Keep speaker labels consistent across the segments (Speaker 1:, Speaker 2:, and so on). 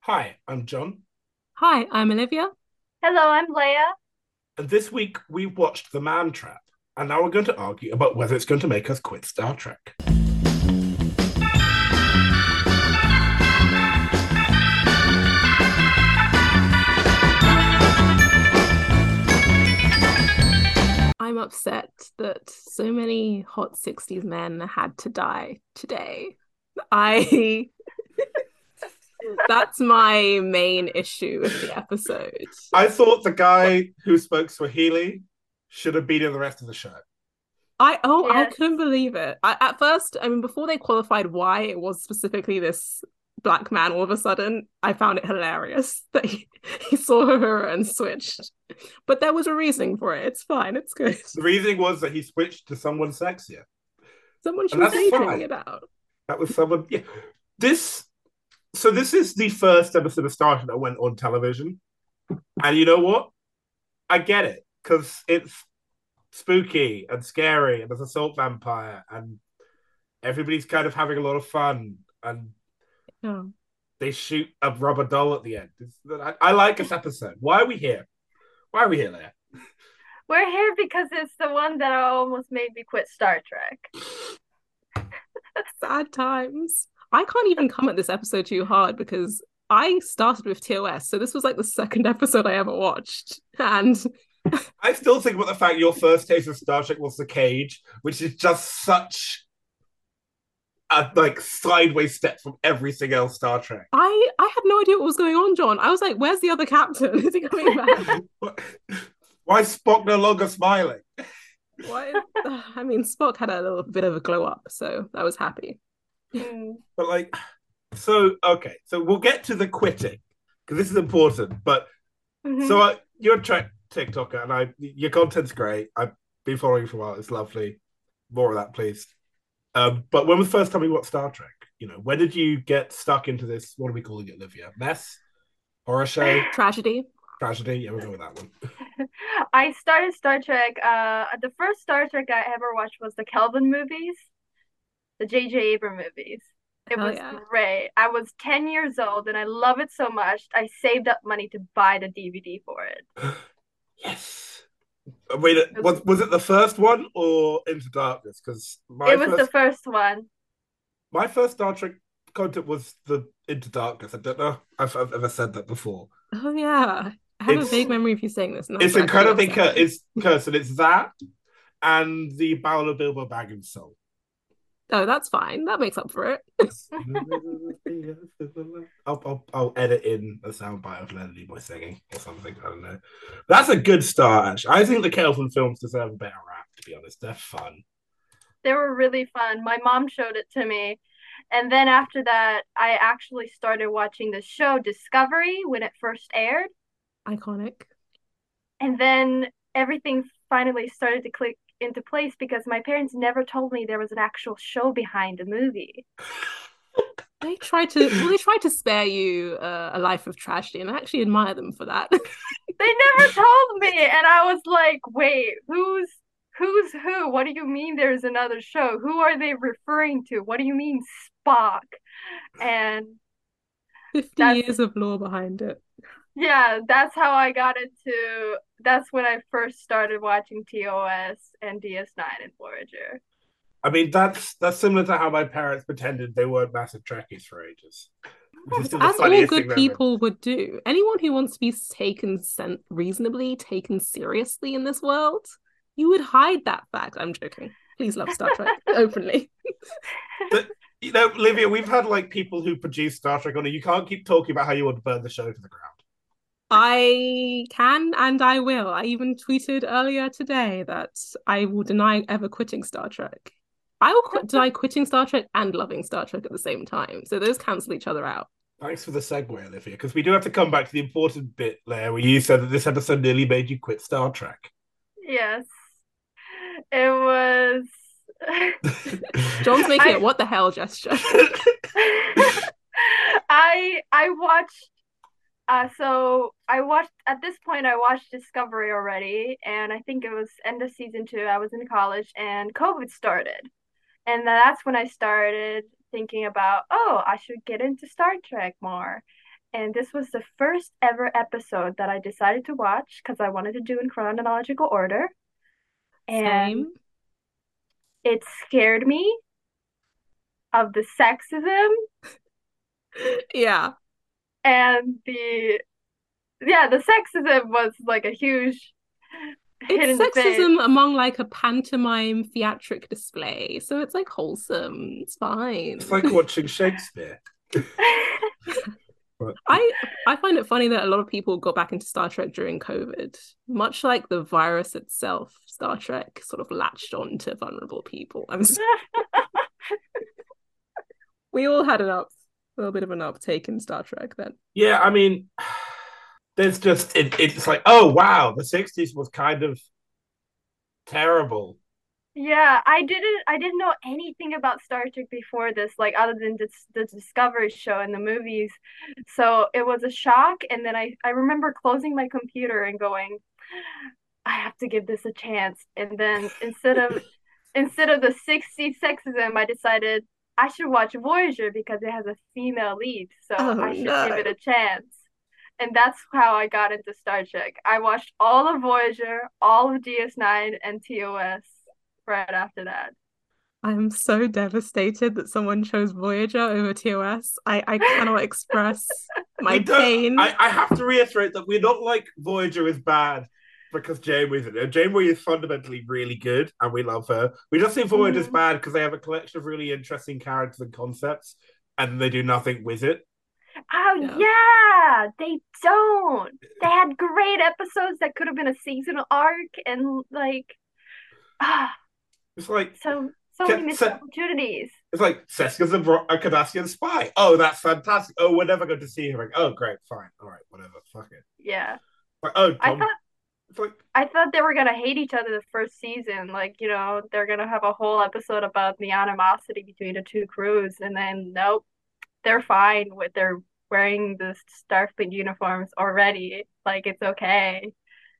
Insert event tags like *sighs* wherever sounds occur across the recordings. Speaker 1: Hi, I'm John,
Speaker 2: Hi, I'm Olivia.
Speaker 3: Hello, I'm Leia.
Speaker 1: and this week we watched The Man Trap, and now we're going to argue about whether it's going to make us quit Star Trek.
Speaker 2: I'm upset that so many hot 60s men had to die today. I. *laughs* That's my main issue with the episode.
Speaker 1: I thought the guy who spoke Swahili should have been in the rest of the show.
Speaker 2: I oh I
Speaker 3: Yes.
Speaker 2: couldn't believe it. I, at first, I mean, before they qualified why it was specifically this black man, all of a sudden, I found it hilarious *laughs* that he, he saw her and switched. But there was a reasoning for it. It's fine. It's good.
Speaker 1: The reasoning was that he switched to someone sexier.
Speaker 2: Someone should
Speaker 1: And that's
Speaker 2: say
Speaker 1: fine.
Speaker 2: something about.
Speaker 1: That was someone. Yeah. This. So this is the first episode of Star Trek that went on television, and you know what? I get it because it's spooky and scary, and there's a salt vampire, and everybody's kind of having a lot of fun, and
Speaker 2: Yeah.
Speaker 1: they shoot a rubber doll at the end. It's, I, I like this episode. Why are we here? Why are we here, Leia?
Speaker 3: We're here because it's the one that almost made me quit Star Trek.
Speaker 2: Sad times. I can't even come at this episode too hard because I started with TOS, so this was like the second *laughs* episode I ever watched. And
Speaker 1: I still think about the fact your first taste of Star Trek was The Cage, which is just such a like sideways step from everything else Star Trek. *laughs*
Speaker 2: I I had no idea what was going on, John. I was like, "Where's the other captain? *laughs* Is he coming back?"
Speaker 1: What- Why is Spock no longer smiling?
Speaker 2: *laughs* Why? I mean, Spock had a little bit of a glow up, so I was happy.
Speaker 3: Mm.
Speaker 1: But like, so okay, so we'll get to the quitting because this is important. But
Speaker 3: Mhm.
Speaker 1: So uh, you're a tra- TikToker, and I your content's great. I've been following you for a while. It's lovely. More of that, please. Um, but when was the first time you watched Star Trek? You know, when did you get stuck into this? What are we calling it, Olivia? Mess, horror show,
Speaker 2: Tragedy.
Speaker 1: tragedy. Yeah, we'll go with that one.
Speaker 3: *laughs* I started Star Trek. Uh, the first Star Trek I ever watched was the Kelvin movies, the J.J. Abrams movies. It
Speaker 2: Hell
Speaker 3: was
Speaker 2: yeah.
Speaker 3: great. I was 10 years old and I love it so much. I saved up money to buy the DVD for it.
Speaker 1: Yes. Uh, Wait, uh, was was it the first one or Into Darkness? Because my
Speaker 3: it was
Speaker 1: first
Speaker 3: the first one.
Speaker 1: my first Star Trek content was the Into Darkness. I don't know if I've ever said that before.
Speaker 2: Oh yeah, I have
Speaker 1: It's-
Speaker 2: a vague memory of you saying this. and I
Speaker 1: it's
Speaker 2: was actually
Speaker 1: incredibly cur-
Speaker 2: upset.
Speaker 1: it's cursed. and It's that and the Battle of Bilbo Baggins
Speaker 2: *laughs*
Speaker 1: song.
Speaker 2: Oh, that's fine. That makes up for it.
Speaker 1: I'll, I'll, I'll edit in a soundbite of Leonard Nimoy singing or something. I don't know. That's a good start, actually. I think the Kelvin films deserve a better rap, to be honest. They're fun.
Speaker 3: They were really fun. My mom showed it to me. And then after that, I actually started watching the show Discovery when it first aired.
Speaker 2: Iconic.
Speaker 3: And then everything finally started to click into place because my parents never told me there was an actual show behind the movie.
Speaker 2: They tried to. Well, they tried to spare you uh, a life of tragedy, and I actually admire them for that. *laughs*
Speaker 3: They never told me, and I was like, "Wait, who's who's who? What do you mean there's another show? Who are they referring to? What do you mean Spock?" And
Speaker 2: Fifty
Speaker 3: That's-
Speaker 2: years of lore behind it.
Speaker 3: yeah, that's how I got into that's when I first started watching TOS and DS9 and Voyager.
Speaker 1: I mean, that's that's similar to how my parents pretended they weren't massive Trekkies for ages. Which is still the
Speaker 2: As all
Speaker 1: funniest thing
Speaker 2: good
Speaker 1: ever.
Speaker 2: people would do. Anyone who wants to be taken sen- reasonably taken seriously in this world, you would hide that fact. I'm joking. Please love Star
Speaker 3: *laughs*
Speaker 2: Trek openly.
Speaker 1: You know, Olivia, we've had like people who produce Star Trek on it. You can't keep talking about how you want to burn the show to the ground.
Speaker 2: I can and I will. I even tweeted earlier today that I will deny ever quitting Star Trek. I will quit, deny quitting Star Trek and loving Star Trek at the same time. So those cancel each other out.
Speaker 1: Thanks for the segue, Olivia, because we do have to come back to the important bit there where you said that this episode nearly made you quit Star Trek.
Speaker 2: *laughs*
Speaker 3: Yes. It was *laughs*
Speaker 2: John's making
Speaker 3: I-
Speaker 2: it what the hell gesture.
Speaker 3: I I watched uh so I watched at this point I watched Discovery already and I think it was end of season two. I was in college and COVID started. And that's when I started thinking about, oh, I should get into Star Trek more. And this was the first ever episode that I decided to watch because I wanted to do in chronological order. And
Speaker 2: Same.
Speaker 3: it scared me of the sexism
Speaker 2: Yeah.
Speaker 3: and the yeah, the sexism was like a huge hidden
Speaker 2: It's
Speaker 3: thing.
Speaker 2: sexism among like a pantomime theatric display. So it's like wholesome. It's fine.
Speaker 1: *laughs* It's like watching Shakespeare.
Speaker 2: I I find it funny that a lot of people got back into Star Trek during COVID. Much like the virus itself, Star Trek sort of latched on to vulnerable people. I'm s- we all had an up a little bit of an uptake in Star Trek then.
Speaker 1: Yeah, I mean, there's just it, it's like, oh wow, the '60s was kind of terrible.
Speaker 3: *laughs* Yeah, I didn't I didn't know anything about Star Trek before this, like other than dis the Discovery show and the movies. So it was a shock, and then I I remember closing my computer and going, I have to give this a chance. And then instead of instead of the 60s sexism, I decided I should watch Voyager because it has a female lead, so
Speaker 2: Oh,
Speaker 3: I should
Speaker 2: no.
Speaker 3: give it a chance. And that's how I got into Star Trek. I watched all of Voyager, all of DS9 and TOS right after that.
Speaker 2: I'm so devastated that someone chose Voyager over TOS. I, I cannot
Speaker 1: *laughs*
Speaker 2: express my
Speaker 1: We don't-
Speaker 2: pain.
Speaker 1: I, I have to reiterate that we're not like Voyager is bad because Janeway's in there. Janeway is fundamentally really good, and we love her. We just think Voyager's
Speaker 2: Mm.
Speaker 3: Mhm.
Speaker 1: bad because they have a collection of really interesting characters and concepts, and they do nothing with it.
Speaker 3: Oh
Speaker 2: Yeah.
Speaker 3: yeah, they don't. They had great episodes that could have been a seasonal arc and like *sighs* ah,
Speaker 1: It's like
Speaker 3: so so
Speaker 1: Yeah,
Speaker 3: many missed
Speaker 1: so-
Speaker 3: opportunities.
Speaker 1: it's like Seska's a, Vro- a Cardassian spy. Oh, that's fantastic. Oh, we're never going to see her. Like, oh, great, fine, all right, whatever, fuck it.
Speaker 3: Yeah.
Speaker 1: Like, oh,
Speaker 3: I
Speaker 1: Tom,
Speaker 3: thought
Speaker 1: it's like
Speaker 3: I thought they were gonna hate each other the first season. Like, you know, they're gonna have a whole episode about the animosity between the two crews and then nope, they're fine with their wearing the Starfleet uniforms already. Like it's
Speaker 1: *laughs*
Speaker 3: okay.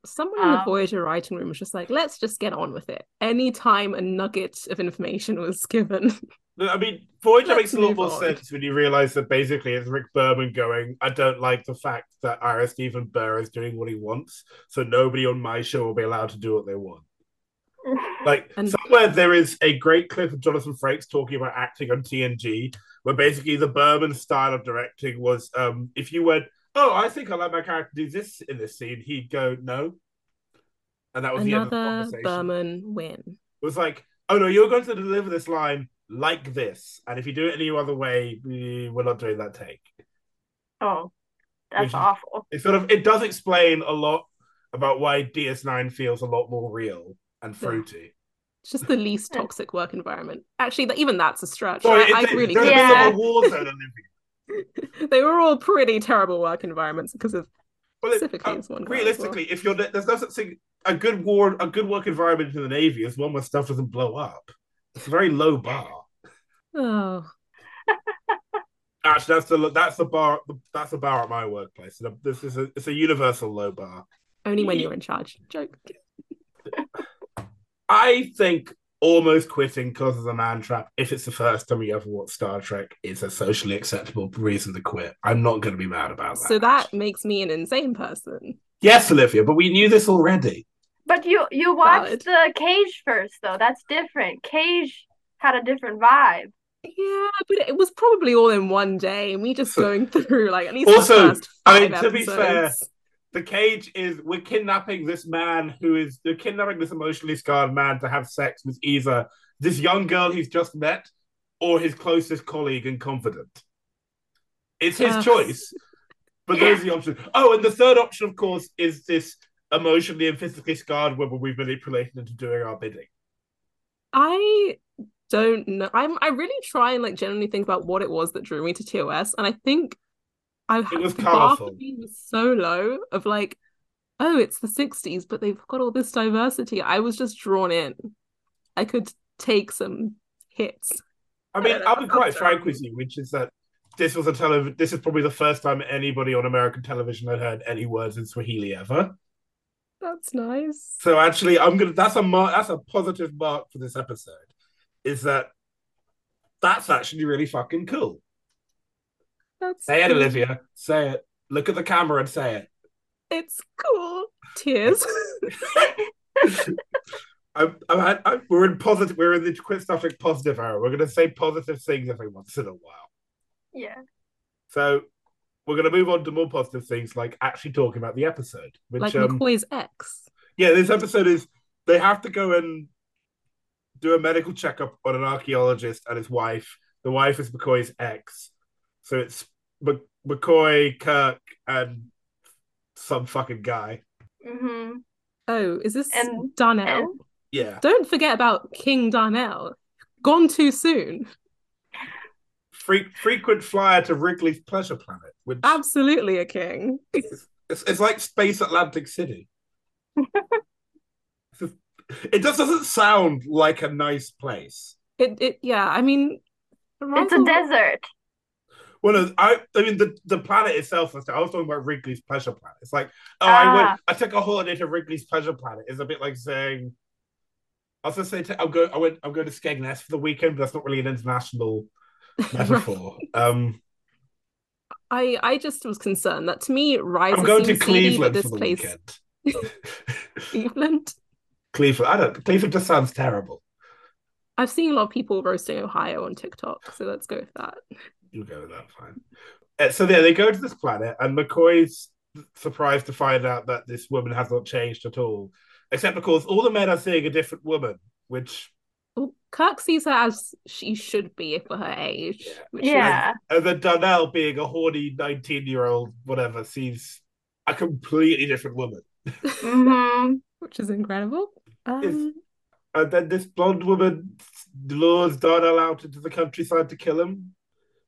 Speaker 2: Someone in the
Speaker 3: Um,
Speaker 2: Voyager writing room was just like, let's just get on with it. Anytime a nugget of information was given.
Speaker 1: No, I mean, Voyager
Speaker 2: Let's
Speaker 1: makes a lot
Speaker 2: move
Speaker 1: more
Speaker 2: on.
Speaker 1: sense when you realize that basically it's Rick Berman going, I don't like the fact that Ira Stephen Burr is doing what he wants, so nobody on my show will be allowed to do what they want. Like,
Speaker 2: And-
Speaker 1: somewhere there is a great clip of Jonathan Frakes talking about acting on TNG, where basically the Berman style of directing was um, if you went, Oh, I think I'll let my character do this in this scene, he'd go, No. And that was the end of the
Speaker 2: Another
Speaker 1: conversation
Speaker 2: Berman win.
Speaker 1: was like, oh no, you're going to deliver this line like this, and if you do it any other way, eh, we're not doing that take.
Speaker 3: oh,
Speaker 1: Which
Speaker 3: that's
Speaker 1: is-
Speaker 3: awful.
Speaker 1: It sort of it does explain a lot about why DS9 feels a lot more real and fruity.
Speaker 2: It's just the least toxic work environment. Actually, that, even that's a stretch.
Speaker 1: Sorry,
Speaker 2: I,
Speaker 1: it,
Speaker 2: I really
Speaker 1: there's
Speaker 3: think
Speaker 1: a bit
Speaker 3: Yeah.
Speaker 1: of a war zone
Speaker 2: *laughs*
Speaker 1: Olympic.
Speaker 2: they were all pretty terrible work environments because of
Speaker 1: Well, it,
Speaker 2: Specifically,
Speaker 1: uh,
Speaker 2: it's one guy as well.
Speaker 1: realistically, if you're there's no such thing a good war a good work environment in the navy is one where stuff doesn't blow up. It's a very low bar.
Speaker 2: oh
Speaker 1: Actually, that's the that's the bar that's the bar at my workplace. This is a it's a universal low bar.
Speaker 2: only when you're in charge. Joke.
Speaker 1: I think almost quitting because of the man trap, if it's the first time you ever watch Star Trek, is a socially acceptable reason to quit. I'm not going to be mad about that.
Speaker 2: So that makes me an insane person.
Speaker 1: Yes, Olivia, but we knew this already.
Speaker 3: But you you
Speaker 2: Valid.
Speaker 3: watched the Cage first though. That's different. Cage had a different vibe.
Speaker 2: Yeah, but it was probably all in one day, and we
Speaker 1: *laughs*
Speaker 2: just going through like at least
Speaker 1: Also,
Speaker 2: the first
Speaker 1: I
Speaker 2: five
Speaker 1: mean, to be fair,
Speaker 2: episodes.
Speaker 1: The cage is we're kidnapping this man who is they're kidnapping this emotionally scarred man to have sex with either this young girl he's just met or his closest colleague and confidant. It's his
Speaker 2: Yes.
Speaker 1: choice. But those are the options. Oh, and the third option, of course, is this emotionally and physically scarred woman we've manipulated into doing our bidding.
Speaker 2: I don't know. I'm I really try and like generally think about what it was that drew me to TOS, and I think I
Speaker 1: It was
Speaker 2: *laughs* the bar for
Speaker 1: colourful.
Speaker 2: me was so low of like, oh, it's the '60s, but they've got all this diversity. I was just drawn in. I could take some hits.
Speaker 1: I mean,
Speaker 2: Yeah,
Speaker 1: I'll be
Speaker 2: that's
Speaker 1: quite
Speaker 2: fair.
Speaker 1: frank with you, which is that this was a tele- this is probably the first time anybody on American television had heard any words in Swahili ever.
Speaker 2: That's nice.
Speaker 1: So actually, I'm gonna. That's a mark. That's a positive mark for this episode. Is that that's actually really fucking cool.
Speaker 2: That's
Speaker 1: Say it,
Speaker 2: cool.
Speaker 1: Olivia. Say it. Look at the camera and say it.
Speaker 2: It's cool. Tears.
Speaker 1: I'm, I'm, had- I'm, we're in positive. We're in the quit stuff like positive era. We're going to say positive things every once in a while.
Speaker 3: Yeah.
Speaker 1: So we're going to move on to more positive things, like actually talking about the episode. Which,
Speaker 2: *laughs* like
Speaker 1: um,
Speaker 2: McCoy's ex.
Speaker 1: yeah, this episode is they have to go and do a medical checkup on an archaeologist and his wife. The wife is McCoy's ex, so it's Mc McCoy, Kirk, and some fucking guy.
Speaker 3: Mm-hmm.
Speaker 2: Oh, is this
Speaker 3: And-
Speaker 2: Darnell?
Speaker 3: and-
Speaker 1: Yeah,
Speaker 2: Don't forget about King Darnell. Gone too soon.
Speaker 1: Fre- frequent flyer to Wrigley's pleasure planet, which
Speaker 2: Um, Absolutely a king.
Speaker 1: It's, it's like Space Atlantic City. it just doesn't sound like a nice place.
Speaker 2: It, it yeah, I mean
Speaker 3: It's a
Speaker 2: Ronald-
Speaker 3: desert.
Speaker 1: Well, no, I, I mean, the, the planet itself, was- I was talking about Wrigley's Pleasure Planet. It's like, oh, I
Speaker 3: Ah.
Speaker 1: went, I took a holiday to Wrigley's Pleasure Planet. It's a bit like saying, I was going to say, t- I'm going, I went, I'm going to Skegness for the weekend, but that's not really an
Speaker 2: *laughs*
Speaker 1: international metaphor. um,
Speaker 2: I I just was concerned that to me Rise
Speaker 1: I'm going to
Speaker 2: seems seedy,
Speaker 1: Cleveland for
Speaker 2: but this
Speaker 1: the
Speaker 2: place
Speaker 1: weekend. *laughs*
Speaker 2: *laughs* Cleveland.
Speaker 1: Cleveland, I don't, Cleveland just sounds terrible.
Speaker 2: I've seen a lot of people roasting Ohio on TikTok, so let's go with that.
Speaker 1: You'll go with that, fine. Uh, so yeah, they go to this planet, and McCoy's surprised to find out that this woman has not changed at all, except of course all the men are seeing a different woman, which
Speaker 2: Well, Kirk sees her as she should be for her age.
Speaker 1: Yeah.
Speaker 2: which is- *laughs*
Speaker 3: Yeah.
Speaker 1: and then uh, Darnell, being a horny nineteen-year-old, whatever, sees a completely different woman.
Speaker 3: Mm-hmm.
Speaker 2: which is incredible. Um,
Speaker 1: And then this blonde woman lures Darnell out into the countryside to kill him.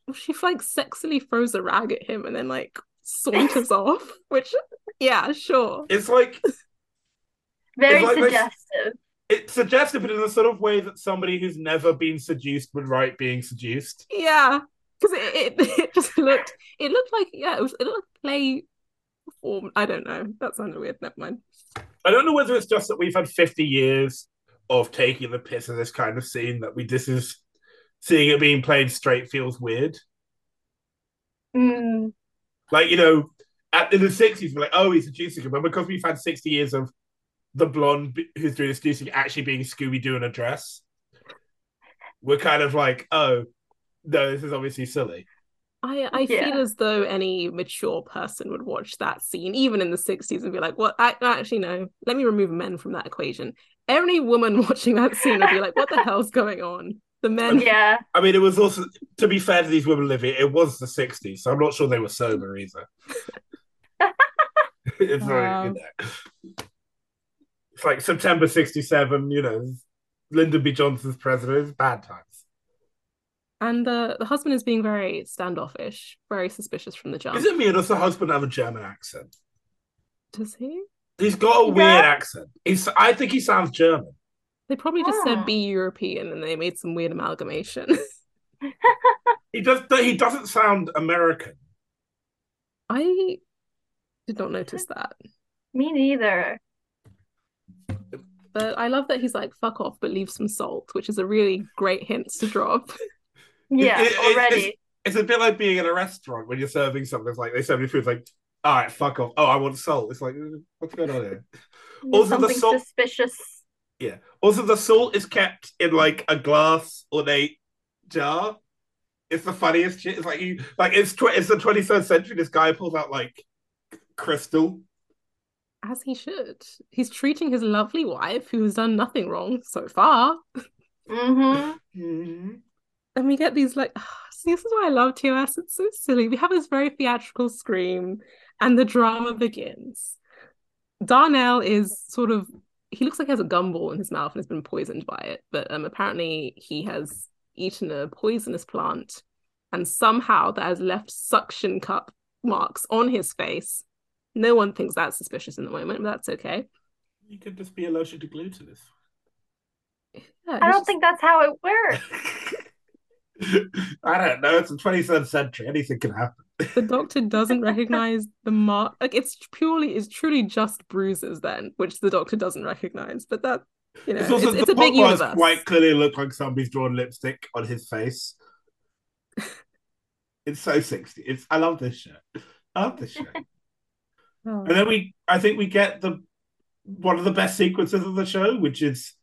Speaker 2: well, she like sexily throws a rag at him and then like saunters *laughs* off, which yeah, sure.
Speaker 1: It's like
Speaker 3: Very
Speaker 1: like this-
Speaker 3: suggestive.
Speaker 1: it's suggestive, but in the sort of way that somebody who's never been seduced would write being seduced.
Speaker 2: Yeah. Because it, *laughs* it, it just looked it looked like yeah, it was it looked like play form. I don't know. That sounded weird. Never mind.
Speaker 1: I don't know whether it's just that we've had 50 years of taking the piss of this kind of scene that we this is seeing it being played straight feels weird.
Speaker 3: Mm.
Speaker 1: Like, you know, at, in the 60s, we're like, oh, he's a juicy but because we've had 60 years of the blonde b- who's doing this juicing actually being Scooby Doo in a dress, we're kind of like, oh, no, this is obviously silly.
Speaker 2: I, I
Speaker 3: Yeah.
Speaker 2: feel as though any mature person would watch that scene, even in the 60s, and be like, what? I, actually, no. Let me remove men from that equation. Every woman *laughs* watching that scene would be like, what the hell's going on? The men.
Speaker 3: Yeah.
Speaker 1: I mean, it was also, to be fair to these women living, it was the 60s, so I'm not sure they were sober either. *laughs* it's very,
Speaker 2: Wow.
Speaker 1: you know. It's like September 67, you know, Lyndon B. Johnson's president, it's bad times.
Speaker 2: And the, the husband is being very standoffish, very suspicious from the jump.
Speaker 1: Is it me or does the husband have a German accent?
Speaker 2: Does he?
Speaker 1: He's got a
Speaker 3: Yeah.
Speaker 1: weird accent. He's, I think he sounds German.
Speaker 2: They probably just
Speaker 3: Ah.
Speaker 2: said be European and they made some weird amalgamation.
Speaker 1: He does, he doesn't sound American.
Speaker 2: I did not notice that.
Speaker 3: Me neither.
Speaker 2: But I love that he's like, fuck off, but leave some salt, which is a really great hint to drop.
Speaker 3: Yeah,
Speaker 1: it- it-
Speaker 3: already.
Speaker 1: It's a bit like being in a restaurant when you're serving something. It's like they serve you food, it's like, all right, fuck off. Oh, I want salt. It's like, what's going on here? also the
Speaker 3: Something
Speaker 1: salt-
Speaker 3: suspicious.
Speaker 1: Yeah. Also, the salt is kept in like a glass ornate jar. It's the funniest shit. It's like you, like it's tw- it's the twenty first century. This guy pulls out like crystal.
Speaker 2: As he should. He's treating his lovely wife, who has done nothing wrong so far.
Speaker 3: Mm-hmm.
Speaker 2: And we get these like, *sighs* see, this is why I love TOS. It's so silly. We have this very theatrical scream, and the drama begins. Darnell is sort of, he looks like he has a gumball in his mouth and has been poisoned by it. But um, apparently, he has eaten a poisonous plant, and somehow that has left suction cup marks on his face. No one thinks that's suspicious in the moment, but that's okay.
Speaker 1: You could just be allergic to gluten.
Speaker 2: Yeah,
Speaker 3: I
Speaker 2: he's
Speaker 3: don't
Speaker 2: just-
Speaker 3: think that's how it works.
Speaker 1: *laughs* I don't know. It's the twenty first century. Anything can happen.
Speaker 2: the doctor doesn't recognize the mark. Like it's purely, it's truly just bruises then, which the doctor doesn't recognize. But that, you know,
Speaker 1: it's
Speaker 2: it's,
Speaker 1: also
Speaker 2: it's,
Speaker 1: the
Speaker 2: a big
Speaker 1: popcorn's
Speaker 2: universe. *laughs*
Speaker 1: quite clearly look like somebody's drawn lipstick on his face. It's so 60. It's I love this shit. I love this shit.
Speaker 2: Oh.
Speaker 1: And then we, I think we get the one of the best sequences of the show, which is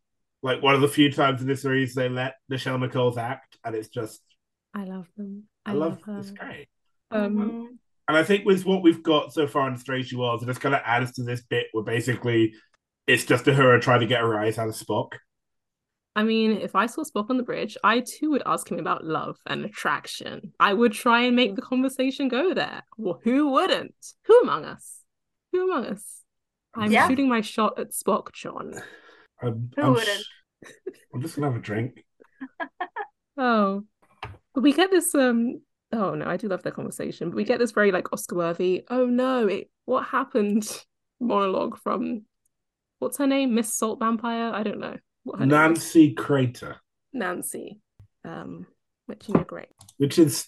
Speaker 1: like one of the few times in the series they let Michelle McColl's act, and it's just
Speaker 2: I love them.
Speaker 1: I, love, it's great.
Speaker 2: her. Um,
Speaker 3: Mhm.
Speaker 1: And I think with what we've got so far in Stray She Was, it just kind of adds to this bit where basically it's just a her trying to get her eyes out of Spock.
Speaker 2: I mean, if I saw Spock on the bridge, I too would ask him about love and attraction. I would try and make the conversation go there. Well, who wouldn't? Who among us? Who among us? I'm
Speaker 3: Yeah.
Speaker 2: shooting my shot at Spock, John.
Speaker 1: I'm,
Speaker 3: Who
Speaker 1: I'm
Speaker 3: wouldn't?
Speaker 1: I'm just gonna have a drink.
Speaker 2: Oh, but we get this. Um, oh no, I do love their conversation. But we get this very like Oscar-worthy. Oh no, it what happened? *laughs* Monologue from what's her name? Miss Salt Vampire. I don't know what her name is.
Speaker 1: Nancy Crater,
Speaker 2: Nancy. Um, which you know, great.
Speaker 1: which is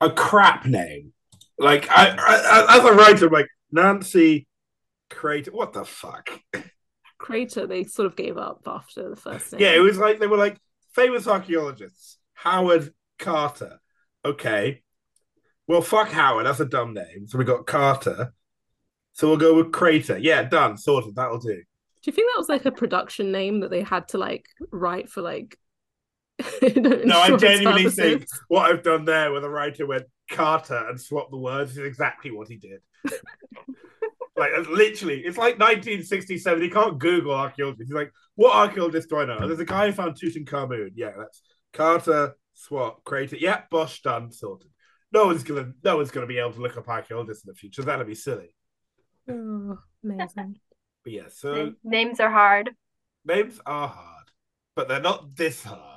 Speaker 1: a crap name. Like I, I, I as a writer, I'm like Nancy Crater. What the fuck? *laughs*
Speaker 2: Crater. They sort of gave up after the first.
Speaker 1: Yeah, it
Speaker 2: name.
Speaker 1: was like they were like famous archaeologists. Howard Carter. Okay. Well, fuck Howard. That's a dumb name. So we got Carter. So we'll go with Crater. Yeah, done. Sorted. That'll do.
Speaker 2: Do you think that was like a production name that they had to like write for like? *laughs* no,
Speaker 1: *laughs* No, I genuinely think what I've done there, where the writer went Carter and swapped the words, is exactly what he did. like it's literally, it's like 1967. He can't Google archaeologists. He's like, what archaeologist do I know? There's a guy who found Tutankhamun. Yeah, that's Carter swap crater. Yeah, Bosch done sorted. No one's gonna, no one's gonna be able to look up archaeologists in the future. That'd be silly.
Speaker 2: Oh, amazing.
Speaker 1: But yeah, so
Speaker 3: Name- Mm-hmm. Names are hard.
Speaker 1: names are hard, but they're not this
Speaker 2: *laughs*
Speaker 1: hard.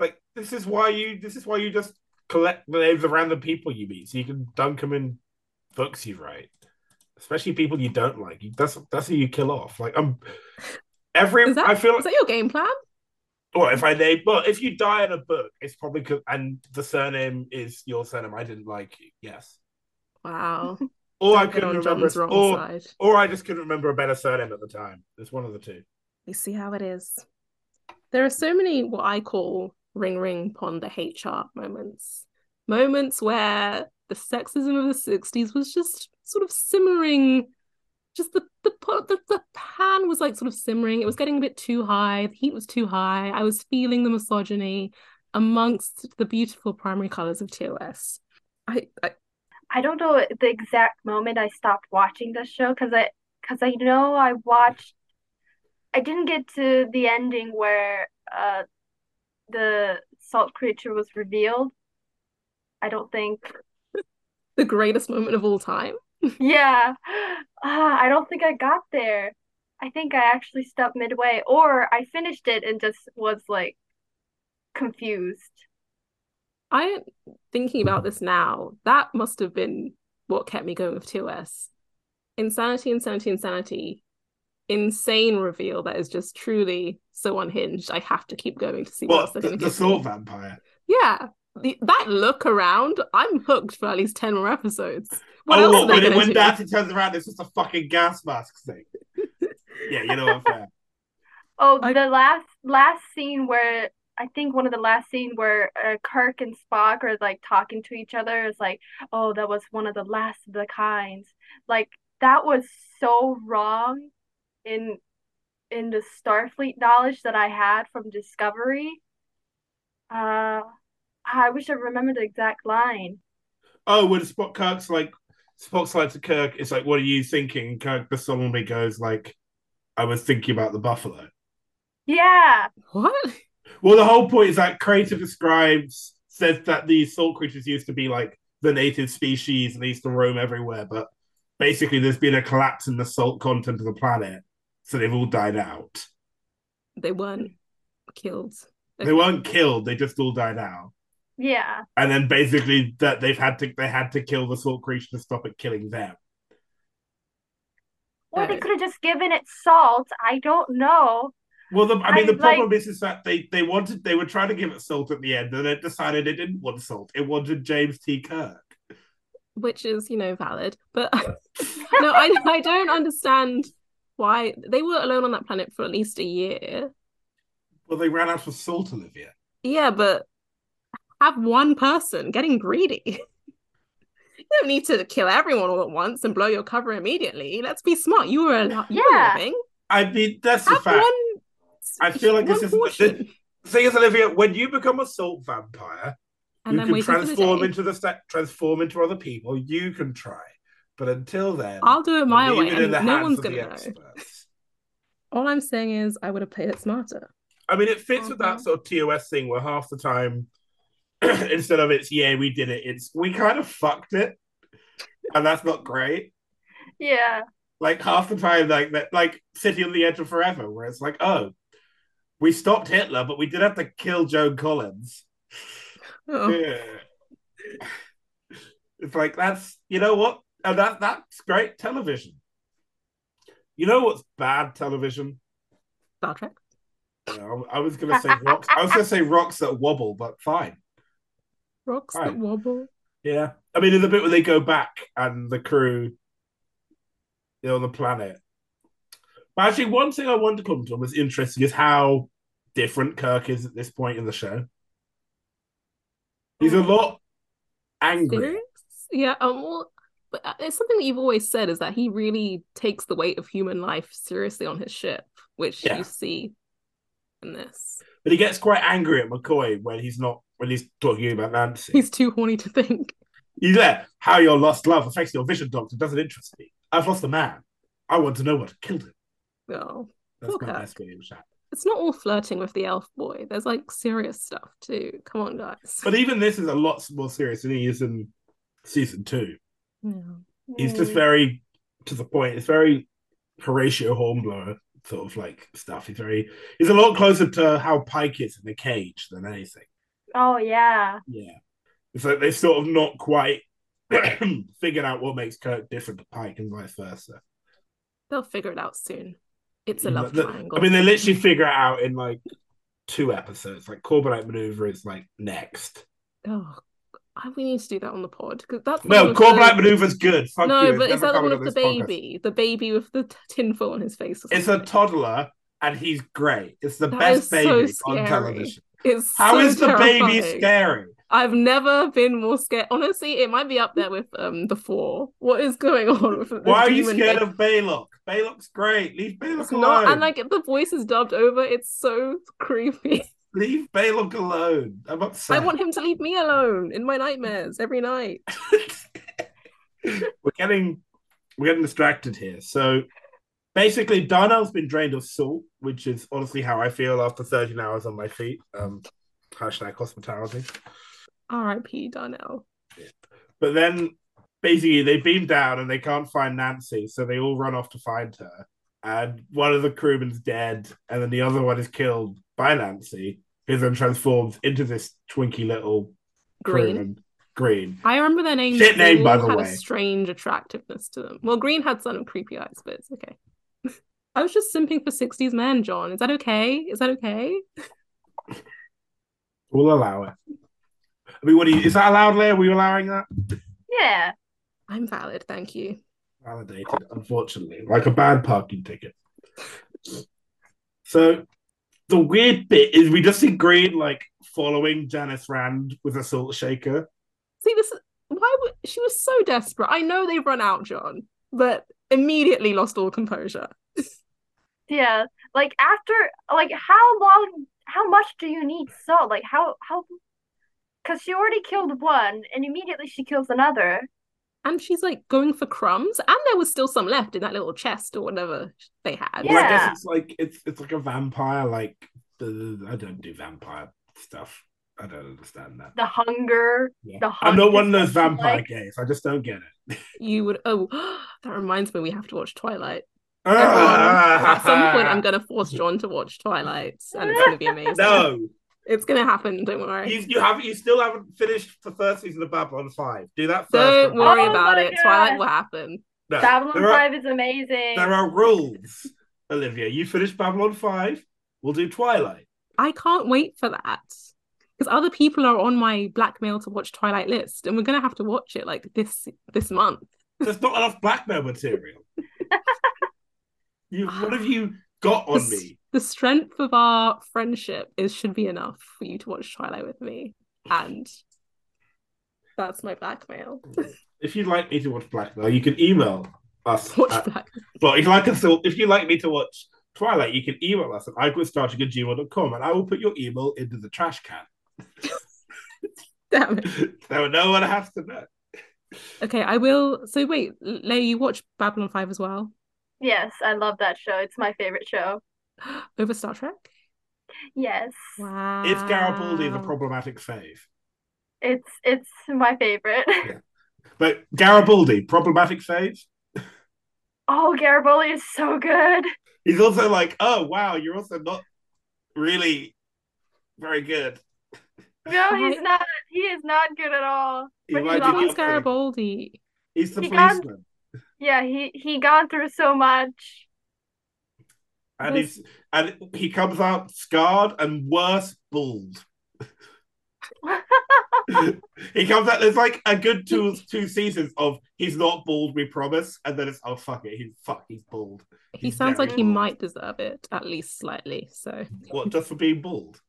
Speaker 1: like this is why you this is why you just collect the names of random people you meet so you can dunk them in books you write, especially people you don't like. You- That's that's who you kill off. Like I'm every
Speaker 2: Is that-
Speaker 1: I feel
Speaker 2: Is
Speaker 1: like
Speaker 2: that your game plan?
Speaker 1: well if I name well if you die in a book it's probably 'cause- and the surname is your surname. I didn't like you. Yes.
Speaker 2: Wow.
Speaker 1: Or Oh, I
Speaker 2: Don't get
Speaker 1: couldn't remember,
Speaker 2: on
Speaker 1: Oh,
Speaker 2: John's wrong
Speaker 1: or,
Speaker 2: side.
Speaker 1: or I just couldn't remember a better surname at the time. It's one of the two.
Speaker 2: We see how it is. There are so many what I call ring ring pond the HR moments. Moments where the sexism of the 60s was just sort of simmering. Just the, the po- the the pan was like sort of simmering. It was getting a bit too high. The heat was too high. I was feeling the misogyny amongst the beautiful primary colors of TOS. I, I
Speaker 3: I don't know the exact moment I stopped watching this show because I because I know I watched I didn't get to the ending where uh the salt creature was revealed. I don't think.
Speaker 2: the greatest moment of all time.
Speaker 3: *laughs* Yeah. Ah, I don't think I got there. I think I actually stopped midway or I finished it and just was like confused.
Speaker 2: I thinking about this now, that must have been what kept me going with 2S. Insanity, insanity, insanity. Insane reveal that is just truly so unhinged. I have to keep going to see what else
Speaker 1: What
Speaker 2: they're
Speaker 1: the,
Speaker 2: going to
Speaker 1: the
Speaker 2: give
Speaker 1: salt
Speaker 2: me.
Speaker 1: vampire?
Speaker 2: Yeah. The, that look around, I'm hooked for at least 10 more episodes. What
Speaker 1: oh,
Speaker 2: else
Speaker 1: what,
Speaker 2: are
Speaker 1: when,
Speaker 2: they
Speaker 1: it,
Speaker 2: going
Speaker 1: when
Speaker 2: to do?
Speaker 1: Darcy turns around, it's just a fucking gas mask thing. yeah, you know what? Fair.
Speaker 2: *laughs*
Speaker 3: Oh,
Speaker 2: I-
Speaker 3: the last last scene where I think one of the last scene where uh, Kirk and Spock are like talking to each other is like, oh, that was one of the last of the kinds. Like that was so wrong in in the Starfleet knowledge that I had from Discovery. Uh, I wish I remembered the exact line.
Speaker 1: Oh, when Spock Kirk's like Spock's like to Kirk, it's like, what are you thinking? Kirk just solemnly goes like, I was thinking about the buffalo.
Speaker 3: Yeah,
Speaker 2: What?
Speaker 1: Well, the whole point is that Crater describes says that these salt creatures used to be like the native species and they used to roam everywhere, but basically there's been a collapse in the salt content of the planet, so they've all died out.
Speaker 2: They weren't killed.
Speaker 1: They weren't killed; they just all died out.
Speaker 3: yeah.
Speaker 1: and then basically that they've had to they had to kill the salt creature to stop it killing them.
Speaker 3: Or they
Speaker 2: Uh,
Speaker 3: could have just given it salt. I don't know.
Speaker 1: Well, the, I mean,
Speaker 3: I
Speaker 1: the problem is is that they they wanted they were trying to give it salt at the end, and it decided it didn't want salt. It wanted James T. Kirk.
Speaker 2: which is you know valid
Speaker 1: *laughs*
Speaker 2: but *laughs* no I, I don't understand why they were alone on that planet for at least a year
Speaker 1: Well, they ran out of salt, Olivia.
Speaker 2: yeah but have one person getting greedy. *laughs* you don't need to kill everyone all at once and blow your cover immediately. Let's be smart. You were alive. You
Speaker 3: Yeah.
Speaker 2: were living.
Speaker 1: I mean, that's the
Speaker 2: Have
Speaker 1: fact.
Speaker 2: one.
Speaker 1: I feel like this
Speaker 2: one
Speaker 1: is- this-
Speaker 2: portion.
Speaker 1: Thing is, Olivia, when you become a salt vampire,
Speaker 2: and
Speaker 1: you
Speaker 2: then
Speaker 1: can
Speaker 2: waiting for the
Speaker 1: transform
Speaker 2: day.
Speaker 1: into the sta- transform into other people. You can try, but until then,
Speaker 2: I'll do it my
Speaker 1: leave
Speaker 2: way,
Speaker 1: it in
Speaker 2: and
Speaker 1: the
Speaker 2: no
Speaker 1: hands
Speaker 2: one's
Speaker 1: of the
Speaker 2: gonna know.
Speaker 1: experts.
Speaker 2: All I'm saying is, I would have played it smarter.
Speaker 1: I mean, it fits with that
Speaker 3: Mhm.
Speaker 1: sort of TOS thing where half the time, *clears throat* instead of it's yeah we did it, it's we kind of fucked it, and that's not great.
Speaker 3: Yeah.
Speaker 1: Like half the time, like that, like City on the Edge of Forever, where it's like, oh, we stopped Hitler, but we did have to kill Joan Collins.
Speaker 2: Oh.
Speaker 1: Yeah. *laughs* It's like that's you know what? And that that's great television. You know what's bad television?
Speaker 2: Star Trek.
Speaker 1: You know, I was gonna say rocks. I was gonna say rocks that wobble, but fine.
Speaker 2: Rocks
Speaker 1: Right.
Speaker 2: that wobble.
Speaker 1: Yeah. I mean in the bit where they go back and the crew you know, on the planet. But actually one thing I wanted to come to was interesting is how different Kirk is at this point in the show. He's a
Speaker 2: Hmm.
Speaker 1: lot angry.
Speaker 2: Serious? Yeah. Um. Well, but uh, it's something that you've always said is that he really takes the weight of human life seriously on his ship, which
Speaker 1: Yeah.
Speaker 2: you see in this.
Speaker 1: But he gets quite angry at McCoy when he's not when he's talking about Nancy. He's,
Speaker 2: He's too horny to think.
Speaker 1: there. How your lost love affects your vision, Doctor, doesn't interest me. I've lost a man. I want to know what killed him.
Speaker 2: No,
Speaker 1: That's
Speaker 2: Poor
Speaker 1: my
Speaker 2: Kirk.
Speaker 1: best way to chat.
Speaker 2: it's not all flirting with the elf boy. There's like serious stuff too. Come on, guys.
Speaker 1: But even this is a lot more serious than he is in season two.
Speaker 2: Yeah.
Speaker 1: He's just
Speaker 3: Mm.
Speaker 1: very to the point. It's very Horatio Hornblower sort of like stuff. He's very he's a lot closer to how Pike is in the cage than anything.
Speaker 3: Oh yeah.
Speaker 1: Yeah. It's like they've sort of not quite *clears throat* figured out what makes Kirk different to Pike and vice versa.
Speaker 2: They'll figure it out soon. It's a
Speaker 1: Yeah,
Speaker 2: love
Speaker 1: the-
Speaker 2: triangle.
Speaker 1: I mean, they literally figure it out in like two episodes. Like Corbinite maneuver is like next.
Speaker 2: oh, I- we need to do that on the pod because that's the one
Speaker 1: No,
Speaker 2: with
Speaker 1: Corbinite
Speaker 2: the-
Speaker 1: maneuver's good. Fuck
Speaker 2: No,
Speaker 1: you. it's
Speaker 2: but is
Speaker 1: never
Speaker 2: that the one
Speaker 1: coming
Speaker 2: of
Speaker 1: on
Speaker 2: the
Speaker 1: this podcast.
Speaker 2: baby? The baby with the t- tinfoil on his face. Or
Speaker 1: It's a
Speaker 2: something?
Speaker 1: toddler, and he's great. It's the
Speaker 2: That
Speaker 1: best
Speaker 2: is so
Speaker 1: baby on
Speaker 2: scary.
Speaker 1: television.
Speaker 2: It's
Speaker 1: How
Speaker 2: so
Speaker 1: is the baby
Speaker 2: terrifying.
Speaker 1: scary?
Speaker 2: I've never been more scared. Honestly, it might be up there with um the four. What is going on with the
Speaker 1: Why are you
Speaker 2: demon
Speaker 1: scared
Speaker 2: baby?
Speaker 1: of Baylock? Baylock's great. Leave Baylock
Speaker 2: It's
Speaker 1: alone.
Speaker 2: not, and like if the voice is dubbed over, it's so
Speaker 1: *laughs*
Speaker 2: creepy.
Speaker 1: Leave Baylock alone. I'm
Speaker 2: I
Speaker 1: upset.
Speaker 2: want him to leave me alone in my nightmares every night.
Speaker 1: *laughs* we're getting we're getting distracted here. So basically, Darnell's been drained of salt, which is honestly how I feel after 13 hours on my feet. Um, hashtag hospitality.
Speaker 2: R.I.P. Darnell.
Speaker 1: But then basically they beam down and they can't find Nancy, so they all run off to find her. And one of the crewmen's dead, and then the other one is killed by Nancy, who then transforms into this twinky little
Speaker 2: Green.
Speaker 1: crewman. Green.
Speaker 2: I remember their names.
Speaker 1: Shit
Speaker 2: they
Speaker 1: name, by
Speaker 2: all
Speaker 1: the
Speaker 2: had
Speaker 1: way.
Speaker 2: a strange attractiveness to them. Well, Green had some creepy eyes, but it's okay. *laughs* I was just simping for 60s men, John. Is that okay? Is that okay?
Speaker 1: We'll allow it. I mean, what do you, is that allowed, Leah? Were you allowing that?
Speaker 3: Yeah.
Speaker 2: I'm valid, thank you.
Speaker 1: validated, unfortunately, like a bad parking ticket. So the weird bit is we just see Green like following Janice Rand with a salt shaker.
Speaker 2: See, this is why would she was so desperate. I know they've run out, John, but immediately lost all composure.
Speaker 3: Yeah. Like after like how long how much do you need salt? Like how how because she already killed one and immediately she kills another.
Speaker 2: And she's like going for crumbs, and there was still some left in that little chest or whatever they had.
Speaker 1: Well, I guess
Speaker 3: Yeah.
Speaker 1: it's like it's it's like a vampire. Like the, I don't do vampire stuff. I don't understand that.
Speaker 3: The hunger,
Speaker 1: Yeah.
Speaker 3: the
Speaker 1: I'm not one of those
Speaker 3: hunger,
Speaker 1: vampire
Speaker 3: like-
Speaker 1: gays. I just don't get it.
Speaker 2: You would. Oh, *gasps* that reminds me, we have to
Speaker 1: *laughs*
Speaker 2: watch Twilight. Everyone,
Speaker 1: Ah!
Speaker 2: At some point,
Speaker 1: *laughs*
Speaker 2: I'm gonna force John to watch Twilight, and it's gonna be amazing.
Speaker 1: No,
Speaker 2: it's gonna happen. Don't worry.
Speaker 1: you,
Speaker 2: *laughs*
Speaker 1: you haven't. You still haven't finished the first season of Babylon Five. Do that first.
Speaker 2: Don't
Speaker 1: and-
Speaker 2: worry
Speaker 3: Oh
Speaker 2: about
Speaker 3: my
Speaker 2: it. Twilight
Speaker 3: gosh.
Speaker 2: will happen.
Speaker 1: No.
Speaker 3: Babylon
Speaker 1: There are-
Speaker 3: 5 is amazing.
Speaker 1: There are rules, Olivia. You finish Babylon 5, we'll do Twilight.
Speaker 2: I can't wait for that because other people are on my blackmail to watch Twilight list, and we're gonna have to watch it like this this month.
Speaker 1: There's not enough blackmail
Speaker 2: *laughs*
Speaker 1: material. you, what have you got
Speaker 2: The,
Speaker 1: on
Speaker 2: s-
Speaker 1: me?
Speaker 2: the strength of our friendship is should be enough for you to watch Twilight with me. and that's my blackmail. *laughs*
Speaker 1: If you'd like me to watch Blackmail, you can email us.
Speaker 2: Watch
Speaker 1: at-
Speaker 2: black.
Speaker 1: well, if you like us, to- if you'd like me to watch Twilight, you can email us at iQuitStarting at gmail.com and I will put your email into the trash can. *laughs*
Speaker 2: Damn it.
Speaker 1: so no one has to know.
Speaker 2: Okay, I will. So wait, Lay, you watch Babylon Five as well *gasps*
Speaker 3: Yes, I love that show. It's my favorite show.
Speaker 2: over Star Trek?
Speaker 3: Yes.
Speaker 2: Wow.
Speaker 1: If Garibaldi is
Speaker 3: Ah.
Speaker 1: a problematic fave.
Speaker 3: It's it's my favorite. *laughs*
Speaker 1: But Garibaldi, problematic fave.
Speaker 3: Oh, Garibaldi is so good.
Speaker 1: He's also like, oh wow, you're also not really very good.
Speaker 3: No,
Speaker 2: Right.
Speaker 3: he's not. He is not good at all.
Speaker 1: He
Speaker 3: But he
Speaker 1: might be
Speaker 3: loves-
Speaker 1: the
Speaker 2: Who's
Speaker 1: other thing.
Speaker 2: Garibaldi?
Speaker 1: He's the
Speaker 3: He got-
Speaker 1: policeman.
Speaker 3: Yeah, he he gone through so much.
Speaker 1: and
Speaker 2: This-
Speaker 1: he's and he comes out scarred and worse
Speaker 2: *laughs*
Speaker 1: bald. he comes out. There's like a good two two seasons of he's not bald, we promise, and then it's oh fuck it, he's fuck he's bald.
Speaker 2: He
Speaker 1: He's
Speaker 2: sounds like
Speaker 1: very
Speaker 2: he
Speaker 1: bald.
Speaker 2: might deserve it at least slightly. So
Speaker 1: What just for being bald?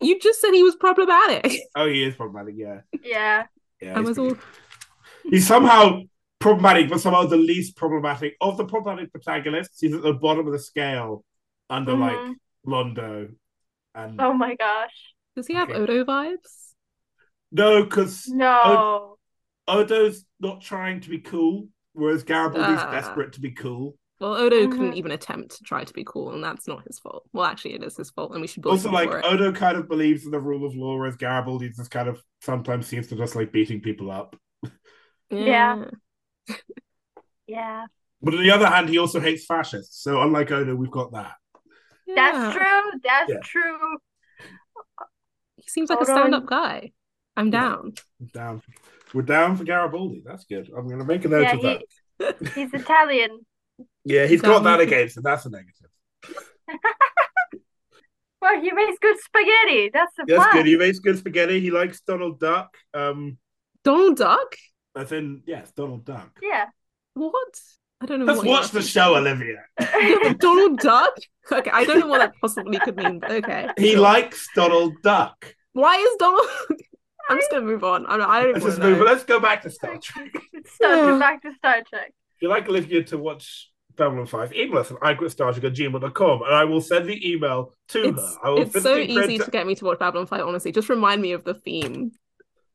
Speaker 2: you just said he was problematic.
Speaker 1: Oh, he is problematic. Yeah,
Speaker 3: Yeah.
Speaker 1: yeah.
Speaker 2: *laughs* I
Speaker 1: he's
Speaker 2: was
Speaker 1: pretty-
Speaker 2: all
Speaker 1: He's somehow problematic, but somehow the least problematic of the problematic protagonists. He's at the bottom of the scale, under like
Speaker 2: Mm-hmm.
Speaker 3: Mhm.
Speaker 1: Londo, and
Speaker 3: Oh my gosh.
Speaker 2: Does he have
Speaker 1: Okay.
Speaker 2: Odo vibes?
Speaker 1: no,
Speaker 2: Mm.
Speaker 1: because
Speaker 3: No.
Speaker 1: Odo's not trying to be cool, whereas Garibaldi's
Speaker 2: Ah.
Speaker 1: desperate to be cool.
Speaker 2: Well, Odo couldn't
Speaker 3: Mhm.
Speaker 2: even attempt to try to be cool, and that's not his fault. Well, actually, it is his fault, and we should bully
Speaker 1: Also,
Speaker 2: him
Speaker 1: like
Speaker 2: for it.
Speaker 1: Odo kind of believes in the rule of law, whereas Garibaldi just kind of sometimes seems to just like beating people up.
Speaker 3: Yeah. Yeah.
Speaker 1: But on the other hand, he also hates fascists. So unlike Odo, we've got that.
Speaker 2: Yeah.
Speaker 3: That's true. That's
Speaker 1: Yeah.
Speaker 3: true.
Speaker 2: He seems like a
Speaker 3: Odo and-
Speaker 2: stand-up guy. I'm
Speaker 1: Yeah.
Speaker 2: down.
Speaker 1: We're down, we're down for Garibaldi. That's good. I'm going to make a note
Speaker 3: Yeah,
Speaker 1: of that. *laughs*
Speaker 3: he- He's Italian.
Speaker 1: Yeah, he's
Speaker 2: Down
Speaker 1: got that
Speaker 2: with-
Speaker 1: against him. That's a negative.
Speaker 3: Well, he makes good spaghetti. That's the
Speaker 1: That's
Speaker 3: plan.
Speaker 1: good. He makes good spaghetti. He likes Donald Duck. Um,
Speaker 2: Donald Duck? What?
Speaker 1: as in yes, Donald Duck.
Speaker 3: Yeah.
Speaker 1: *laughs*
Speaker 3: *laughs*
Speaker 2: I don't know.
Speaker 1: Let's
Speaker 2: what you're
Speaker 1: watch the
Speaker 2: referencing. *laughs*
Speaker 1: show, Olivia.
Speaker 2: Donald Duck? Okay, I don't know what that possibly could mean, but okay.
Speaker 1: He
Speaker 2: sure.
Speaker 1: likes Donald Duck.
Speaker 2: Why is Donald? *laughs* I'm just gonna move on. I'm, I don't
Speaker 1: Let's
Speaker 2: want
Speaker 1: just
Speaker 2: to
Speaker 1: move.
Speaker 2: know.
Speaker 1: Let's go back to Star Trek.
Speaker 3: It's Star
Speaker 2: Yeah.
Speaker 3: Trek back to Star Trek.
Speaker 1: If you like Olivia to watch Babylon 5, email us at iQuitStarTrek@gmail.com and I will send the email to
Speaker 2: It's,
Speaker 1: her. I will
Speaker 2: it's so
Speaker 1: physically print
Speaker 2: easy
Speaker 1: it-
Speaker 2: to get me to watch Babylon Five. Honestly, just remind me of the theme.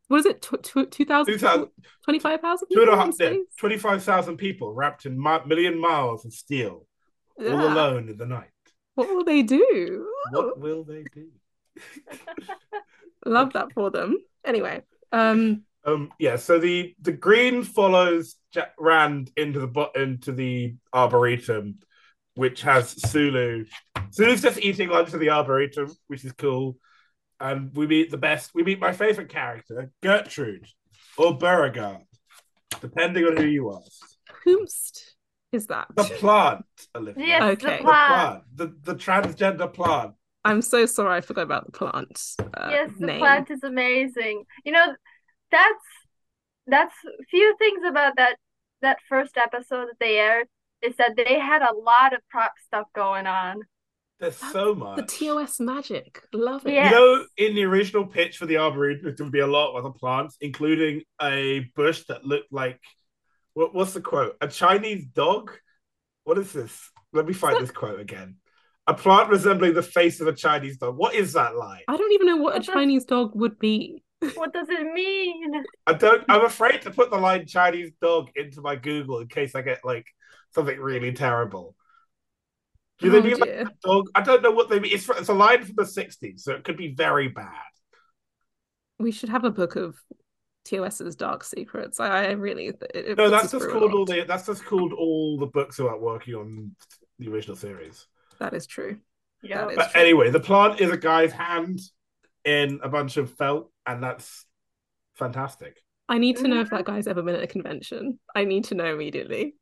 Speaker 2: What is it? Tw- tw- 2,000?
Speaker 1: 2,000
Speaker 2: 25,000
Speaker 1: two and a
Speaker 2: people in
Speaker 1: half- yeah,
Speaker 2: space?
Speaker 1: 25,000 people wrapped in mi- million miles of steel, all
Speaker 2: Yeah.
Speaker 1: alone in the night.
Speaker 2: What will they do?
Speaker 1: What will they do?
Speaker 2: Love that for them. Anyway, um,
Speaker 1: Um, yeah, so the, the green follows Ja- Rand into the bo- into the arboretum, which has Sulu. Sulu's just eating lunch in the arboretum, which is cool. And we meet the best. We meet my favorite character, Gertrude, or Beauregard, depending on who you ask.
Speaker 2: whomst is that?
Speaker 1: The plant, Olivia.
Speaker 3: Yes,
Speaker 2: Okay.
Speaker 3: the
Speaker 1: The
Speaker 3: plan.
Speaker 1: plant. The, the transgender plant.
Speaker 2: I'm so sorry, I forgot about the plant. Uh,
Speaker 3: Yes, the
Speaker 2: name.
Speaker 3: plant is amazing. You know, that's that's few things about that that first episode that they aired is that they had a lot of prop stuff going on.
Speaker 1: There's so much.
Speaker 2: The TOS magic. Love it.
Speaker 1: You
Speaker 3: Yeah.
Speaker 1: know, in the original pitch for the arboretum, there's going to be a lot of other plants, including a bush that looked like what, what's the quote? A Chinese dog? What is this? Let me find this quote again. A plant resembling the face of a Chinese dog. What is that like?
Speaker 2: I don't even know what a
Speaker 3: What the-
Speaker 2: Chinese dog would be.
Speaker 3: What does it mean?
Speaker 1: I don't. I'm afraid to put the line Chinese dog into my Google in case I get like something really terrible. Do they
Speaker 2: Oh,
Speaker 1: mean like
Speaker 2: dear.
Speaker 1: a dog? I don't know what they mean. It's, it's a line from the 60s, so it could be very bad.
Speaker 2: We should have a book of TOS's dark secrets. I, I really. It, it
Speaker 1: No,
Speaker 2: puts
Speaker 1: that's
Speaker 2: us
Speaker 1: just
Speaker 2: through a
Speaker 1: called all
Speaker 2: lot.
Speaker 1: the that's just called all the books about working on the original series.
Speaker 2: That is true.
Speaker 3: Yeah.
Speaker 2: That is
Speaker 1: But
Speaker 2: true.
Speaker 1: anyway, the plant is a guy's hand in a bunch of felt, and that's fantastic.
Speaker 2: I need to know if that guy's ever been at a convention. I need to know immediately.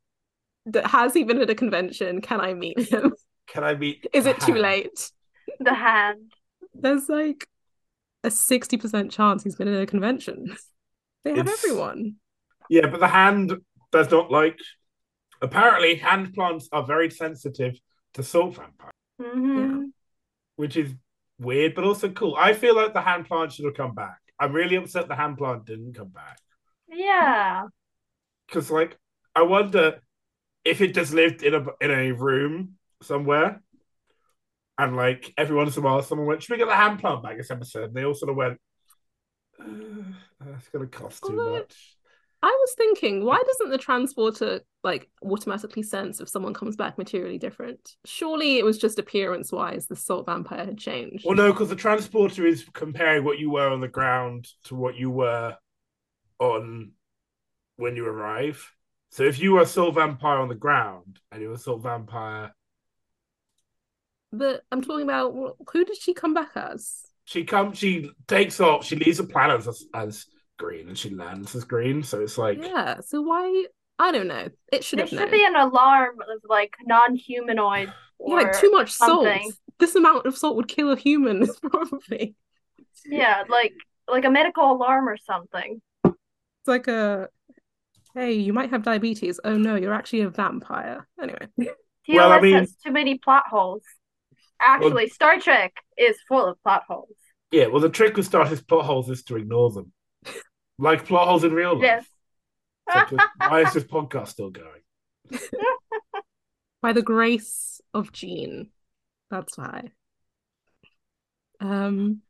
Speaker 2: That has he been at a convention? Can I meet him? *laughs*
Speaker 1: Can I meet?
Speaker 2: Is
Speaker 1: the *laughs*
Speaker 2: it too
Speaker 1: hand?
Speaker 2: late?
Speaker 3: The hand.
Speaker 2: There's like a 60% chance he's been at a convention. *laughs* They have
Speaker 1: It's-
Speaker 2: everyone.
Speaker 1: Yeah, but the hand does not like. Apparently, hand plants are very sensitive to salt vampire,
Speaker 3: hmm
Speaker 1: which is weird, but also cool. I feel like the hand plant should have come back. I'm really upset the hand plant didn't come back
Speaker 3: Yeah.
Speaker 1: because, like, I wonder if it just lived in a in a room somewhere, and like every once in a while, someone went, "Should we get the hand plant back this episode?" And they all sort of went, "Ugh, "That's going to cost too
Speaker 2: Although-
Speaker 1: much."
Speaker 2: I was thinking, why doesn't the transporter like automatically sense if someone comes back materially different? Surely it was just appearance wise the salt vampire had changed.
Speaker 1: Well, no, because the transporter is comparing what you were on the ground to what you were on when you arrive. So if you were a soul vampire on the ground and you were a soul vampire,
Speaker 2: But I'm talking about well, who did she come back as?
Speaker 1: she comes, she takes off, she leaves the planet as, as green and she lands as green. So it's like,
Speaker 2: Yeah. So why? I don't know. It should
Speaker 3: There
Speaker 2: have
Speaker 3: should
Speaker 2: known.
Speaker 3: be an alarm of like non-humanoid
Speaker 2: *sighs* Yeah,
Speaker 3: or
Speaker 2: like too much
Speaker 3: something.
Speaker 2: salt. This amount of salt would kill a human, *laughs* probably.
Speaker 3: yeah, like like a medical alarm or something.
Speaker 2: It's like a hey, you might have diabetes. Oh no, you're actually a vampire. Anyway.
Speaker 3: TOS
Speaker 1: Well, I mean-
Speaker 3: has too many plot holes. Actually, Star Trek is full of plot holes.
Speaker 1: yeah, well, the trick with Star Trek plot holes is to ignore them. Like plot holes in real life.
Speaker 3: Yes.
Speaker 1: Such as, why is this podcast still going?
Speaker 2: By the grace of Jean. That's why. Um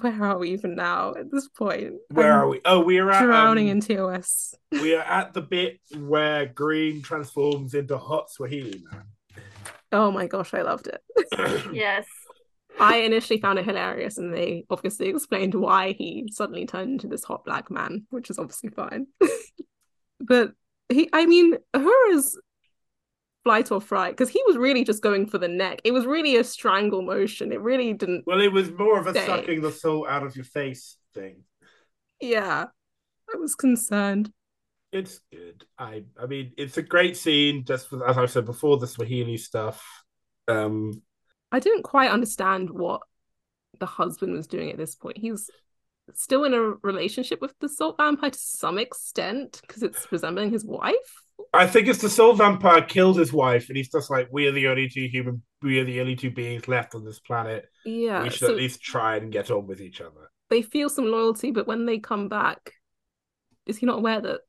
Speaker 2: where are we even now at this point?
Speaker 1: Where
Speaker 2: I'm
Speaker 1: are we? Oh, we are at,
Speaker 2: Um, Drowning
Speaker 1: um,
Speaker 2: in TOS.
Speaker 1: we are at the bit where Green transforms into hot Swahili
Speaker 2: Oh my gosh, I loved it. *coughs*
Speaker 1: man.
Speaker 3: Yes.
Speaker 2: I initially found it hilarious, and they obviously explained why he suddenly turned into this hot black man, which is obviously fine. *laughs* but he, I mean, Ahura's flight or fright, because he was really just going for the neck. It was really a strangle motion. It really didn't,
Speaker 1: well, it was more of a
Speaker 2: Thanks.
Speaker 1: sucking the soul out of your face thing.
Speaker 2: yeah. I was concerned.
Speaker 1: It's good. I I mean, it's a great scene. Just for, as I said before, the Swahili stuff. Um,
Speaker 2: I didn't quite understand what the husband was doing at this point. He's still in a relationship with the salt vampire to some extent, because it's resembling his wife.
Speaker 1: I think it's the soul vampire killed his wife, and he's just like, "We are the only two human. We are the only two beings left on this planet.
Speaker 2: Yeah.
Speaker 1: we should at least try and get on with each other."
Speaker 2: they feel some loyalty, but when they come back, is he not aware that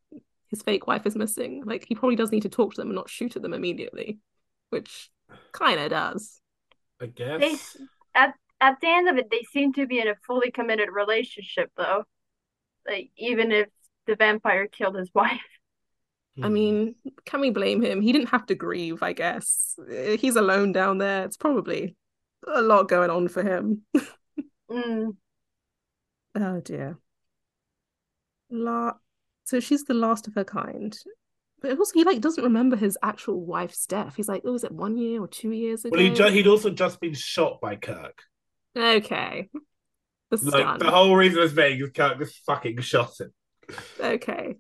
Speaker 2: his fake wife is missing? Like he probably does need to talk to them and not shoot at them immediately, which kind of does.
Speaker 1: I guess.
Speaker 3: At the end of it, they seem to be in a fully committed relationship, though. Like even if the vampire killed his *laughs* wife.
Speaker 2: I
Speaker 1: Hmm.
Speaker 2: mean, can we blame him? He didn't have to grieve, I guess. Uh, He's alone down there. It's probably a lot going on for him.
Speaker 3: Mm.
Speaker 2: *laughs* Oh dear. La so she's the last of her kind. But also he like doesn't remember his actual wife's death. He's like, oh, is it one year or two years ago?
Speaker 1: well, he ju- he'd also just been shot by Kirk.
Speaker 2: Okay. The
Speaker 1: Like
Speaker 2: stun.
Speaker 1: the whole reason it's vague is Kirk just fucking shot him.
Speaker 2: Okay.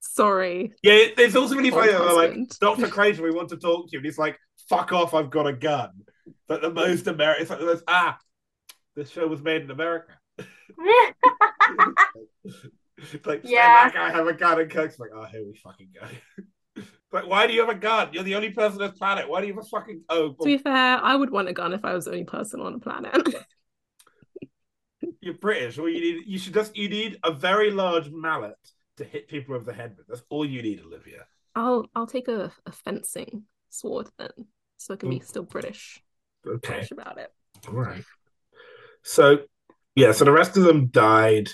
Speaker 2: Sorry.
Speaker 1: Yeah, it- it's also really
Speaker 2: Old
Speaker 1: funny that they're like,
Speaker 2: husband.
Speaker 1: Doctor Craven, we want to talk to you, and he's like, "Fuck off, I've got a gun." But the most American, it's like the most ah, this show was made in America. It's *laughs* like,
Speaker 3: Yeah.
Speaker 1: yeah, I have a gun, and Kirk's like, "Oh, here we fucking go." *laughs* But why do you have a gun? You're the only person on this planet. Why do you have a fucking oh?
Speaker 2: To
Speaker 1: well,
Speaker 2: be fair, I would want a gun if I was the only person on the planet. *laughs*
Speaker 1: You're British. All you need, you should just you need a very large mallet to hit people over the head with. That's all you need, Olivia.
Speaker 2: I'll I'll take a, a fencing sword then, so I can be still British
Speaker 1: Mm. Okay.
Speaker 2: British about it.
Speaker 1: Right. So, yeah, so the rest of them died.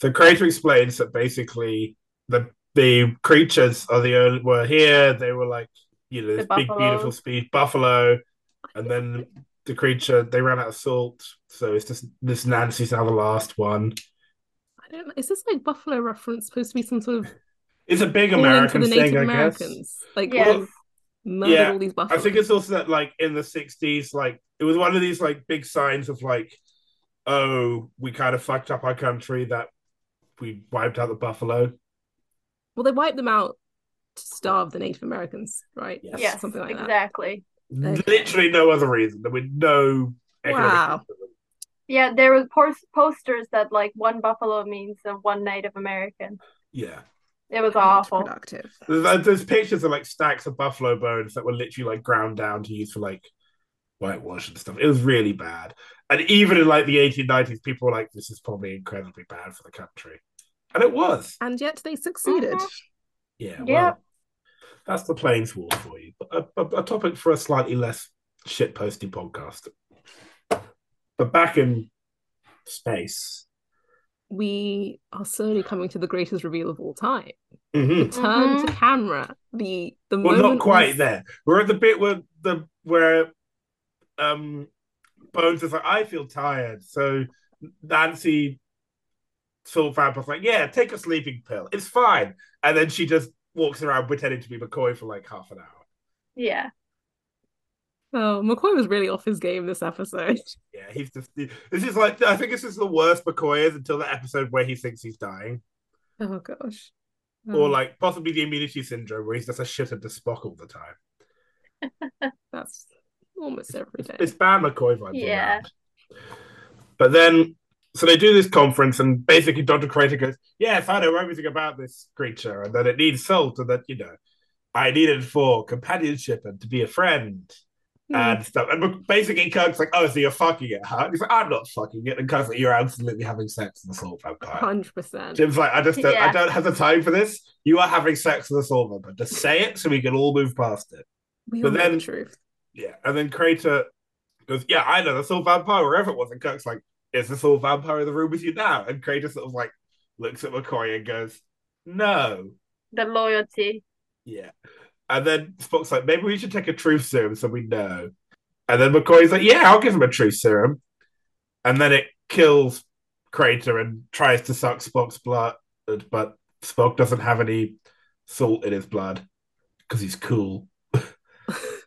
Speaker 1: So Crater explains that basically the the creatures are the only were here. They were like you know this
Speaker 3: The
Speaker 1: big beautiful
Speaker 3: buffalo.
Speaker 1: speed buffalo, and then the creature they ran out of salt. So it's just this Nancy's now the last one.
Speaker 2: I don't know. Is this like Buffalo reference supposed to be some sort of
Speaker 1: It's a big
Speaker 2: calling
Speaker 1: American
Speaker 2: to the Native
Speaker 1: thing, I guess.
Speaker 2: Americans? Like
Speaker 3: Yes.
Speaker 2: they've murdered
Speaker 1: Yeah,
Speaker 2: all these
Speaker 1: I
Speaker 2: buffalo.
Speaker 1: think it's also that like in the sixties, like it was one of these like big signs of like, oh, we kind of fucked up our country that we wiped out the buffalo.
Speaker 2: well, they wiped them out to starve the Native Americans, right?
Speaker 1: Yes.
Speaker 3: Yes,
Speaker 2: something like that.
Speaker 3: exactly.
Speaker 2: Okay.
Speaker 1: Literally no other reason. There were no economic
Speaker 2: Wow.
Speaker 1: reason.
Speaker 3: Yeah, there was pos- posters that like one buffalo means and one Native American.
Speaker 1: Yeah.
Speaker 3: It was
Speaker 2: Not
Speaker 3: awful.
Speaker 2: Productive.
Speaker 1: There's, there's pictures of like stacks of buffalo bones that were literally like ground down to use for like whitewash and stuff. It was really bad. And even in like the 1890s, people were like, this is probably incredibly bad for the country. And it was.
Speaker 2: And yet they succeeded.
Speaker 3: Mhm.
Speaker 1: Yeah.
Speaker 3: Yep.
Speaker 1: Well, that's the planes war for you. A, a, a topic for a slightly less shit posty podcast. But back in space.
Speaker 2: We are slowly coming to the greatest reveal of all time.
Speaker 1: Mhm.
Speaker 3: Mm-hmm.
Speaker 2: Turn to camera. The the
Speaker 1: Well,
Speaker 2: moment
Speaker 1: not quite
Speaker 2: we-
Speaker 1: there. We're at the bit where the where um Bones is like, I feel tired. So Nancy Phil Vampire's like, yeah, take a sleeping pill. It's fine. And then she just walks around pretending to be McCoy for like half an hour.
Speaker 3: Yeah.
Speaker 2: Oh, McCoy was really off his game this episode. *laughs*
Speaker 1: Yeah, he's just he- this is like I think this is the worst McCoy is until the episode where he thinks he's dying.
Speaker 2: Oh gosh.
Speaker 1: Or
Speaker 2: Um,
Speaker 1: like possibly the immunity syndrome where he's just a shitter to Spock all the time.
Speaker 2: that's almost every day.
Speaker 1: It's bad McCoy vibes. all
Speaker 3: Yeah.
Speaker 1: round. But then, so they do this conference, and basically Dr. Crater goes, Yes, I know everything about this creature, and that it needs salt, and that, you know, I need it for companionship and to be a friend
Speaker 2: Mm.
Speaker 1: and stuff. And Mc- basically, Kirk's like, Oh, so you're fucking it, huh? And he's like, I'm not fucking it. And Kirk's like, You're absolutely having sex with the salt vampire.
Speaker 2: Hundred percent.
Speaker 1: Jim's like, I just don't, I
Speaker 3: Yeah.
Speaker 1: don't have the time for this. You are having sex with the salt vampire. Just say it so we can all move past it.
Speaker 2: We
Speaker 1: but
Speaker 2: all know
Speaker 1: then-
Speaker 2: the truth.
Speaker 1: Yeah, and then Crater goes, "Yeah, I know that's all vampire wherever it was." And Kirk's like, "Is this all vampire in the room with you now?" And Crater sort of like looks at McCoy and goes, "No."
Speaker 3: The loyalty.
Speaker 1: Yeah, and then Spock's like, "Maybe we should take a truth serum so we know." And then McCoy's like, "Yeah, I'll give him a truth serum," and then it kills Crater and tries to suck Spock's blood, but Spock doesn't have any salt in his blood because he's cool.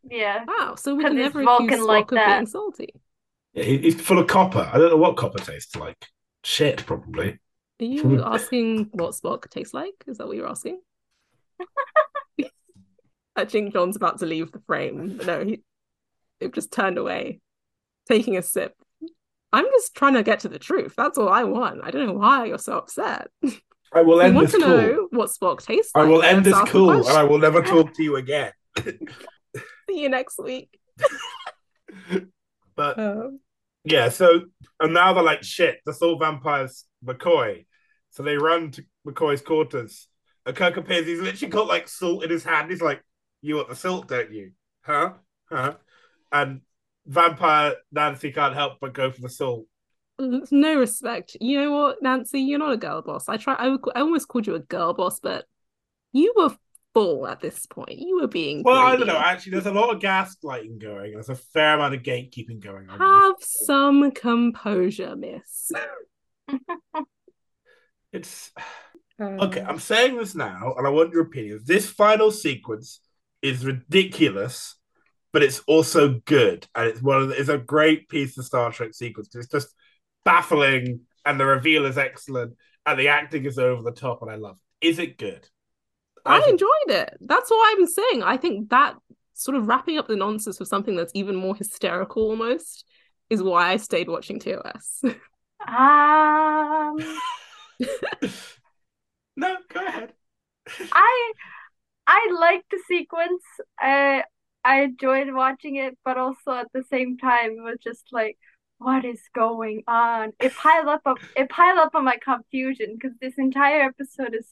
Speaker 3: Yeah.
Speaker 2: Wow, so we
Speaker 3: 'Cause
Speaker 2: can
Speaker 3: it's
Speaker 2: never
Speaker 3: Vulcan
Speaker 2: accuse Spock
Speaker 3: like
Speaker 2: of
Speaker 3: that.
Speaker 2: being salty.
Speaker 1: Yeah, he- he's full of copper. I don't know what copper tastes like. Shit, probably.
Speaker 2: Are
Speaker 1: Hmm.
Speaker 2: you asking what Spock tastes like? Is that what
Speaker 1: *laughs*
Speaker 2: you're asking? I think John's about to leave the frame. No, he it just turned away, taking a sip. I'm just trying to get to the truth. That's all I want. I don't know why you're so upset.
Speaker 1: I will
Speaker 2: I
Speaker 1: end
Speaker 2: want
Speaker 1: this
Speaker 2: to
Speaker 1: call.
Speaker 2: know what Spock tastes
Speaker 1: I
Speaker 2: like.
Speaker 1: will end this
Speaker 2: Let's ask the
Speaker 1: call, and
Speaker 2: question.
Speaker 1: I will
Speaker 2: *laughs*
Speaker 1: never talk to you again.
Speaker 2: See you next week.
Speaker 1: But
Speaker 2: Um,
Speaker 1: yeah, so and now they're like, shit, the Soul Vampire's McCoy. So they run to McCoy's quarters. And Kirk appears. He's literally got like salt in his hand. He's like, "You want the salt, don't you? Huh? Huh?" And Vampire Nancy can't help but go for the salt.
Speaker 2: no respect. You know what, Nancy? You're not a girl boss. I try. I, would- I almost called you a girl boss, but you were full at this point. You were being
Speaker 1: Well, I don't
Speaker 2: greedy.
Speaker 1: know. Actually, there's a lot of gaslighting going. There's a fair amount of gatekeeping going on.
Speaker 2: Have some composure, miss.
Speaker 1: It's okay. I'm saying this now, and I want your opinions. This final sequence is ridiculous, but it's also good, and it's one of the, it's a great piece of Star Trek sequence. It's just baffling, and the reveal is excellent, and the acting is over the top, and I love it. Is it good?
Speaker 2: I
Speaker 1: think-
Speaker 2: enjoyed it. That's all I'm saying. I think that sort of wrapping up the nonsense with something that's even more hysterical almost is why I stayed watching TOS.
Speaker 3: Um
Speaker 1: *laughs* No, go ahead.
Speaker 3: I I liked the sequence. I I enjoyed watching it, but also at the same time it was just like, what is going on? It piled up on it piled up on my confusion because this entire episode is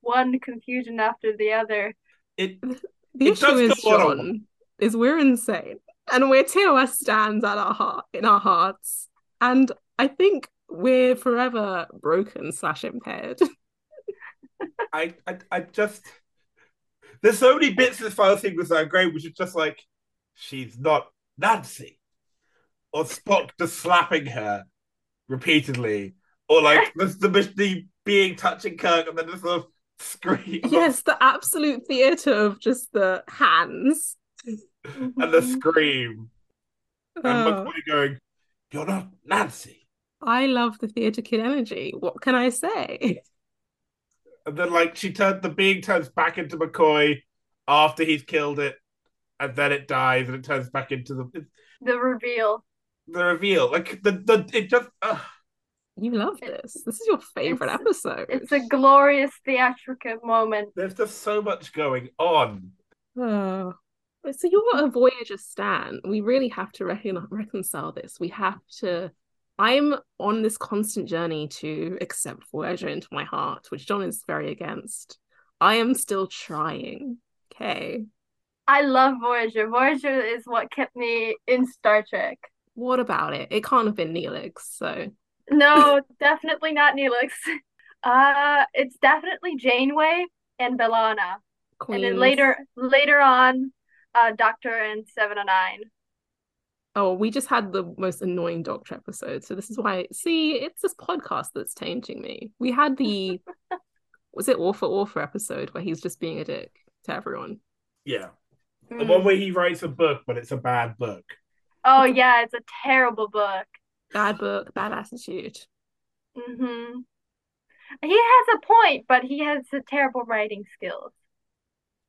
Speaker 3: one confusion after the other.
Speaker 1: It
Speaker 2: *laughs* the
Speaker 1: It
Speaker 2: issue
Speaker 1: does
Speaker 2: is,
Speaker 1: go on a lot.
Speaker 2: John, is we're insane. And we're TOS stands at our heart in our hearts. And I think we're forever broken slash
Speaker 1: *laughs*
Speaker 2: impaired.
Speaker 1: I, I, I just there's so many bits of this final sequence that are great, which is just like she's not Nancy, or Spock just slapping her repeatedly, or
Speaker 2: *laughs*
Speaker 1: like the the, the being touching Kirk and then just sort of scream,
Speaker 2: yes, the absolute theatre of just the hands.
Speaker 1: and the scream, and
Speaker 2: Oh.
Speaker 1: McCoy going, "You're not Nancy,"
Speaker 2: I love the theatre kid energy. What can I say? *laughs*
Speaker 1: and then like she turned the being turns back into McCoy after he's killed it, and then it dies and it turns back into the
Speaker 3: Mm-hmm. The reveal.
Speaker 1: the reveal. Like the the it just. ugh.
Speaker 2: You love this. This is your favorite
Speaker 3: It's-
Speaker 2: episode.
Speaker 3: It's a glorious theatrical moment.
Speaker 2: *sighs*
Speaker 1: There's just so much going on.
Speaker 2: Oh, So you're a Voyager stan. We really have to recon- reconcile this. We have to. I'm on this constant journey to accept Voyager into my heart, which John is very against. I am still trying. Okay.
Speaker 3: I love Voyager. Voyager is what kept me in Star Trek.
Speaker 2: What about it? It can't have been Neelix. So
Speaker 3: No, definitely not Neelix. Uh, it's definitely Janeway and Bellana,
Speaker 2: Queen.
Speaker 3: and then later, later on, uh, Doctor and Seven of Nine.
Speaker 2: Oh, we just had the most annoying Doctor episode. So this is why. See, it's this podcast that's changing me. We had the was it Orpha Orpha episode where he's just being a dick to everyone.
Speaker 1: Yeah. The
Speaker 2: Hmm.
Speaker 3: Mm.
Speaker 1: one where he writes a book, but it's a bad book.
Speaker 3: Oh yeah, it's a terrible book.
Speaker 2: Bad book, bad attitude.
Speaker 3: hmm He has a point, but he has a terrible writing skills.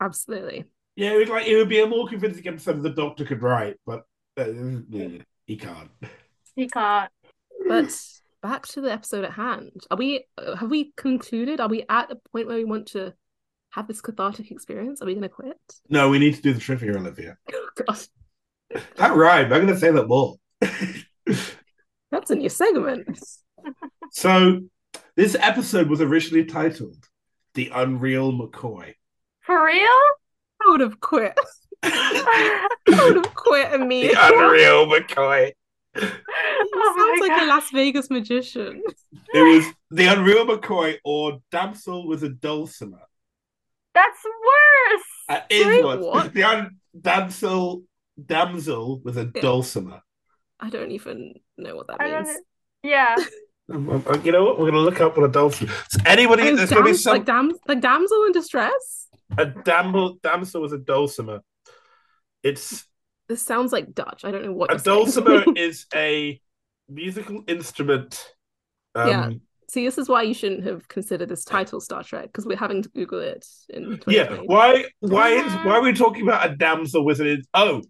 Speaker 2: Absolutely.
Speaker 1: Yeah, it would like it would be a more convincing episode if the Doctor could write, but uh, yeah, he can't.
Speaker 3: He can't.
Speaker 2: But back to the episode at hand. Are we? uh, Have we concluded? Are we at a point where we want to have this cathartic experience? Are we going to quit? *laughs*
Speaker 1: No, we need to do the trivia, Olivia.
Speaker 2: Oh, God,
Speaker 1: That rhymed. I'm going to say that more.
Speaker 2: that's a new segment.
Speaker 1: *laughs* so, this episode was originally titled "The Unreal McCoy."
Speaker 3: For
Speaker 2: *laughs*
Speaker 3: real? *laughs*
Speaker 2: I would have quit.
Speaker 1: *laughs*
Speaker 2: *laughs*
Speaker 1: the
Speaker 3: oh
Speaker 2: I would
Speaker 1: *laughs*
Speaker 2: have quit immediately.
Speaker 1: Unreal McCoy.
Speaker 3: *laughs*
Speaker 2: Sounds
Speaker 3: Oh my
Speaker 2: like a
Speaker 3: God.
Speaker 2: Las Vegas magician.
Speaker 1: It was the Unreal McCoy or Damsel with a Dulcimer.
Speaker 3: That's worse.
Speaker 1: Uh, is
Speaker 2: Sorry,
Speaker 1: what?
Speaker 2: what?
Speaker 1: The un- damsel damsel with a
Speaker 2: Yeah.
Speaker 1: dulcimer.
Speaker 2: I don't even know what that
Speaker 3: I don't
Speaker 2: means.
Speaker 3: Yeah.
Speaker 1: Um, um, um, You know what? We're going to look up what a dulcimer. So anybody,
Speaker 2: Oh,
Speaker 1: there's going to be
Speaker 2: dams-
Speaker 1: some
Speaker 2: like dams, like damsel in distress.
Speaker 1: a damsel damsel with a dulcimer. It's
Speaker 2: This sounds like Dutch. I don't know what.
Speaker 1: a
Speaker 2: you're saying. *laughs*
Speaker 1: dulcimer is a musical instrument. Um,
Speaker 2: Yeah. See, this is why you shouldn't have considered this title Star Trek because we're having to Google it in
Speaker 1: Yeah.
Speaker 2: 2020.
Speaker 1: Why? Why is?
Speaker 2: Ah.
Speaker 3: Mhm.
Speaker 1: Why are we talking about a damsel with an? in- Oh,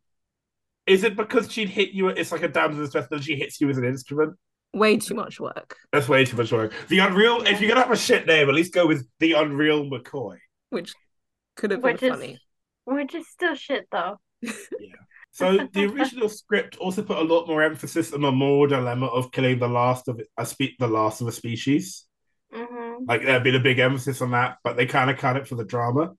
Speaker 1: is it because she'd hit you? It's like a damsel in distress, and she hits you with an instrument.
Speaker 2: Way too much work,
Speaker 1: That's way too much work. The Unreal. If you're gonna have a shit name, at least go with the Unreal McCoy.
Speaker 2: which could have been
Speaker 3: Which is
Speaker 2: funny.
Speaker 3: which is still shit though.
Speaker 1: So the original script also put a lot more emphasis on the moral dilemma of killing the last of a spe- the last of a species.
Speaker 3: Mm-hmm.
Speaker 1: Like there'd been a big emphasis on that, but they kind of cut it for the drama.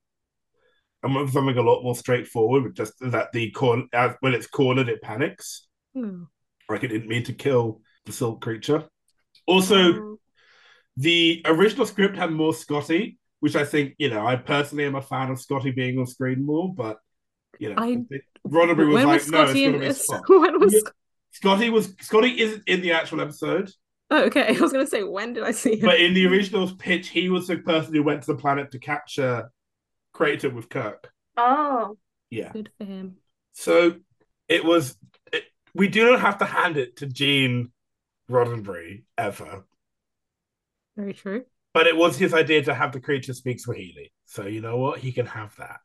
Speaker 1: And went for something a lot more straightforward, with just that the corn uh, when it's cornered, it panics.
Speaker 2: Hmm.
Speaker 1: Like it didn't mean to kill the silk creature. Also,
Speaker 3: Mm-hmm.
Speaker 1: The original script had more Scotty, which I think, you know, I personally am a fan of Scotty being on screen more, but, you know,
Speaker 2: I-
Speaker 1: Roddenberry was
Speaker 2: When
Speaker 1: like,
Speaker 2: was
Speaker 1: no, it's
Speaker 2: Scotty
Speaker 1: going to
Speaker 2: in
Speaker 1: be
Speaker 2: this?
Speaker 1: Spock.
Speaker 2: *laughs* When was?
Speaker 1: Yeah. Scotty was Scotty isn't in the actual
Speaker 2: *laughs*
Speaker 1: episode,
Speaker 2: Oh, okay, I was gonna say when did I see him?
Speaker 1: but in the original pitch, he was the person who went to the planet to capture Crater with Kirk.
Speaker 3: Oh.
Speaker 1: Yeah.
Speaker 2: Good for him.
Speaker 1: So it was. It, we do not have to hand it to Gene Roddenberry ever,
Speaker 2: Very true.
Speaker 1: but it was his idea to have the creature speak Swahili. So you know what? He can have that.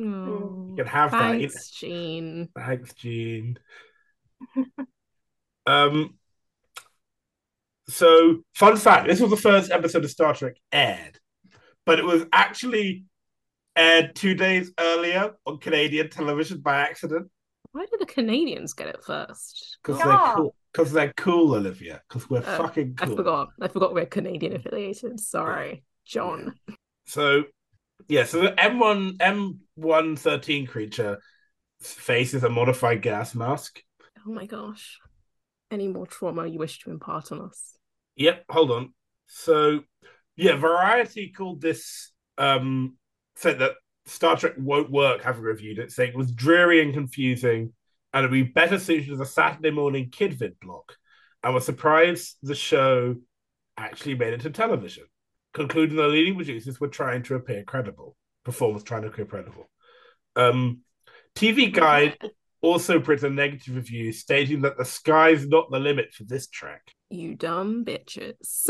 Speaker 2: Oh,
Speaker 3: Mm.
Speaker 1: He can have that. It's-
Speaker 2: thanks, Gene.
Speaker 1: Thanks, Gene.
Speaker 2: *laughs*
Speaker 1: um, so, fun fact this was the first episode of Star Trek aired, but it was actually aired two days earlier on Canadian television by accident
Speaker 2: Why did the Canadians get it first?
Speaker 1: because
Speaker 3: Yeah.
Speaker 1: they're cool. Because they're cool, Olivia. Because we're
Speaker 2: Uh,
Speaker 1: fucking
Speaker 2: Ah. I
Speaker 1: cool.
Speaker 2: forgot. I forgot we're Canadian affiliated. Sorry, John.
Speaker 1: So, yeah, so the M1 M113 creature faces a modified gas mask.
Speaker 2: Oh my gosh. Any more trauma you wish to impart on us?
Speaker 1: Yep, hold on. So, yeah, Variety called this um said that Star Trek won't work having reviewed it, saying it was dreary and confusing, and it'd be better suited as a Saturday morning kid vid block. And was surprised the show actually made it to television, concluding the leading producers were trying to appear credible. Performers trying to appear credible. Um, TV Guide also printed a negative review stating that the sky's not the limit for this track.
Speaker 2: You dumb bitches.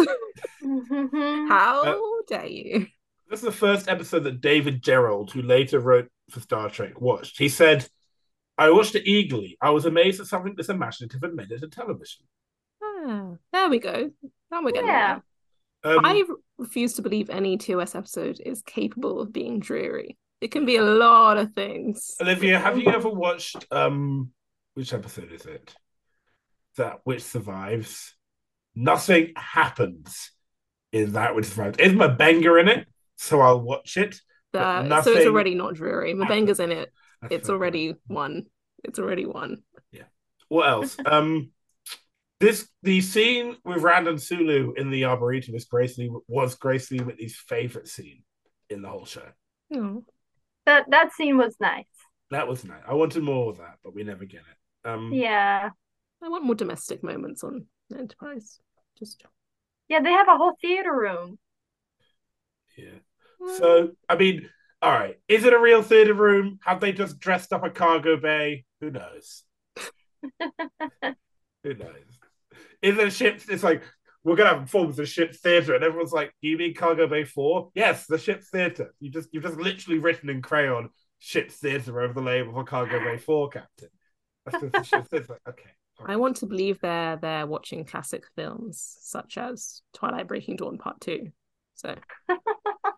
Speaker 3: Mhm.
Speaker 2: How
Speaker 1: Uh,
Speaker 2: dare you?
Speaker 1: This is the first episode that David Gerald, who later wrote for Star Trek, watched. He said, I watched it eagerly. I was amazed that something this imaginative had made it to television.
Speaker 2: Ah, there we go. Now we're getting
Speaker 3: Yeah.
Speaker 2: there.
Speaker 1: Um,
Speaker 2: I refuse to believe any TOS episode is capable of being dreary. It can be a lot of things.
Speaker 1: Olivia, have you ever watched um which episode is it? That which survives? Nothing happens in that which survives. Is Mabenga in it? So I'll watch it.
Speaker 2: That- so it's
Speaker 1: nothing-
Speaker 2: already not dreary. Mabenga's in it.
Speaker 1: That's
Speaker 2: It's
Speaker 1: so cool.
Speaker 2: already one. It's already one.
Speaker 1: What else? um this the scene with Randon Sulu in the Arboretum is Grace Lee was Grace Lee Whitney's favorite scene in the whole show.
Speaker 2: Oh.
Speaker 3: That that scene was nice.
Speaker 1: That was nice. I wanted more of that, but we never get it.
Speaker 2: Hmm.
Speaker 1: Um
Speaker 3: Yeah.
Speaker 2: I want more domestic moments on Enterprise. Just
Speaker 3: Yeah, they have a whole theater room.
Speaker 1: yeah. So, I mean, all right. Is it a real theater room? Have they just dressed up a cargo bay? Who knows? Who knows? Is it a ship? It's like, we're going to have forms of ship theater. And everyone's like, do you mean cargo bay four? Yes, the ship theater. You just, you've just literally written in crayon ship theater over the label for cargo bay four, Captain. That's just the ship theater. Okay. all
Speaker 2: I
Speaker 1: right.
Speaker 2: want to believe they're they're watching classic films such as Twilight Breaking Dawn Part Two.
Speaker 3: *laughs*
Speaker 2: So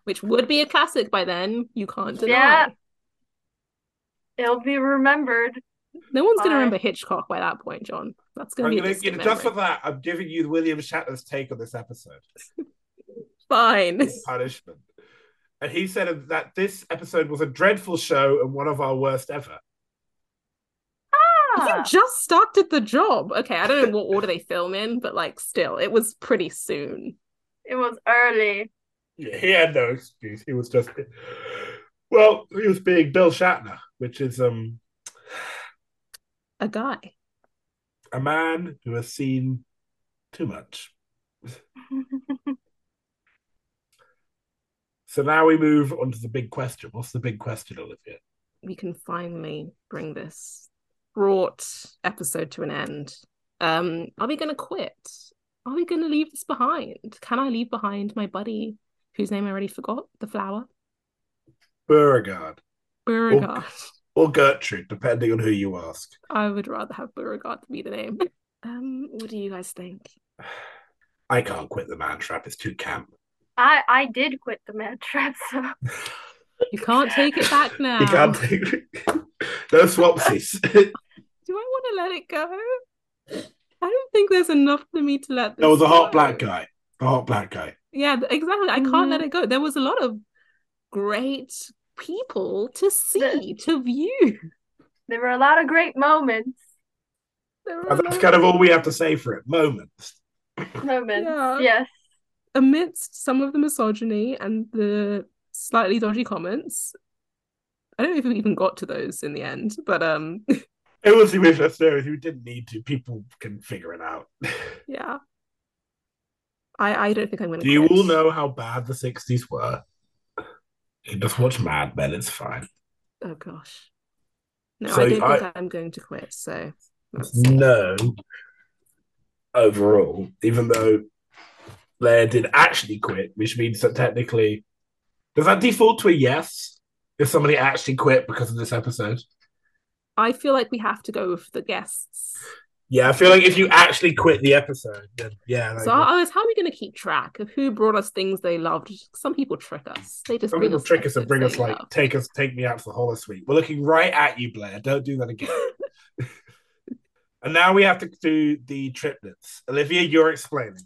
Speaker 2: which would be a classic by then. You can't deny.
Speaker 3: Yeah. It'll be remembered.
Speaker 2: No one's gonna
Speaker 3: Bye.
Speaker 2: remember Hitchcock by that point, John. That's gonna
Speaker 1: I'm
Speaker 2: be a
Speaker 1: gonna,
Speaker 2: distant
Speaker 1: just for
Speaker 2: memory.
Speaker 1: that, I'm giving you William Shatner's take on this episode.
Speaker 2: *laughs* Fine.
Speaker 1: *laughs* punishment. And he said that this episode was a dreadful show and one of our worst ever.
Speaker 2: You
Speaker 3: Ah,
Speaker 2: just started the job. Okay, I don't know what order they film in, but like still, it was pretty soon.
Speaker 3: it was early. *laughs*
Speaker 1: Yeah, he had no excuse. He was just well, he was being Bill Shatner, which is um
Speaker 2: A guy.
Speaker 1: a man who has seen too much. So now we move on to the big question. What's the big question, Olivia?
Speaker 2: we can finally bring this fraught episode to an end. Um, are we going to quit? Are we going to leave this behind? Can I leave behind my buddy whose name I already forgot? The flower?
Speaker 1: Beauregard
Speaker 2: Beauregard.
Speaker 1: or Gertrude, depending on who you ask.
Speaker 2: *laughs* I would rather have Beauregard be
Speaker 1: *laughs*
Speaker 2: the name. Um, what do you guys think?
Speaker 1: I can't quit the man trap. It's too camp.
Speaker 3: I I did quit the man trap, *laughs* so
Speaker 2: You can't take it back
Speaker 1: *laughs*
Speaker 2: now.
Speaker 1: You can't *laughs* take no swapsies.
Speaker 2: Do I want to let it go? I don't think there's enough for me to let this
Speaker 1: There was a hot *laughs*
Speaker 2: go.
Speaker 1: black guy. The hot black guy.
Speaker 2: Yeah, th- exactly. I can't let it go. There was a lot of great people to see, to view.
Speaker 3: there were a lot of great moments.
Speaker 2: *laughs* There were a
Speaker 1: And that's
Speaker 2: lot
Speaker 1: kind of all we have to say for it. Moments.
Speaker 3: Moments.
Speaker 2: Yeah.
Speaker 3: Yes.
Speaker 2: amidst some of the misogyny and the slightly dodgy comments. I don't know if we even got to those in the end, but um, *laughs*
Speaker 1: It was the Wish series. We didn't need to. People can figure it out.
Speaker 2: yeah. I I don't think I'm gonna.
Speaker 1: Do you
Speaker 2: quit.
Speaker 1: all know how bad the 60s were? You Just watch Mad Men, it's fine.
Speaker 2: Oh gosh, no,
Speaker 1: So
Speaker 2: I don't
Speaker 1: I- Mm.
Speaker 2: think I'm going to quit. So that's
Speaker 1: No. Overall, even though Blair did actually quit, which means that technically, does that default to a yes? If somebody actually quit because of this episode?
Speaker 2: I feel like we have to go with the guests.
Speaker 1: Yeah, I feel like if you actually quit the episode, then yeah. like-
Speaker 2: So I I was, how are we going to keep track of who brought us things they loved? Some people trick us. They just
Speaker 1: Some
Speaker 2: bring
Speaker 1: people
Speaker 2: us
Speaker 1: trick us and
Speaker 2: episodes
Speaker 1: bring
Speaker 2: they
Speaker 1: us like
Speaker 2: love.
Speaker 1: take us take me out to the holo suite. We're looking right at you, Blair. Don't do that again. and now we have to do the triplets. Olivia, you're explaining.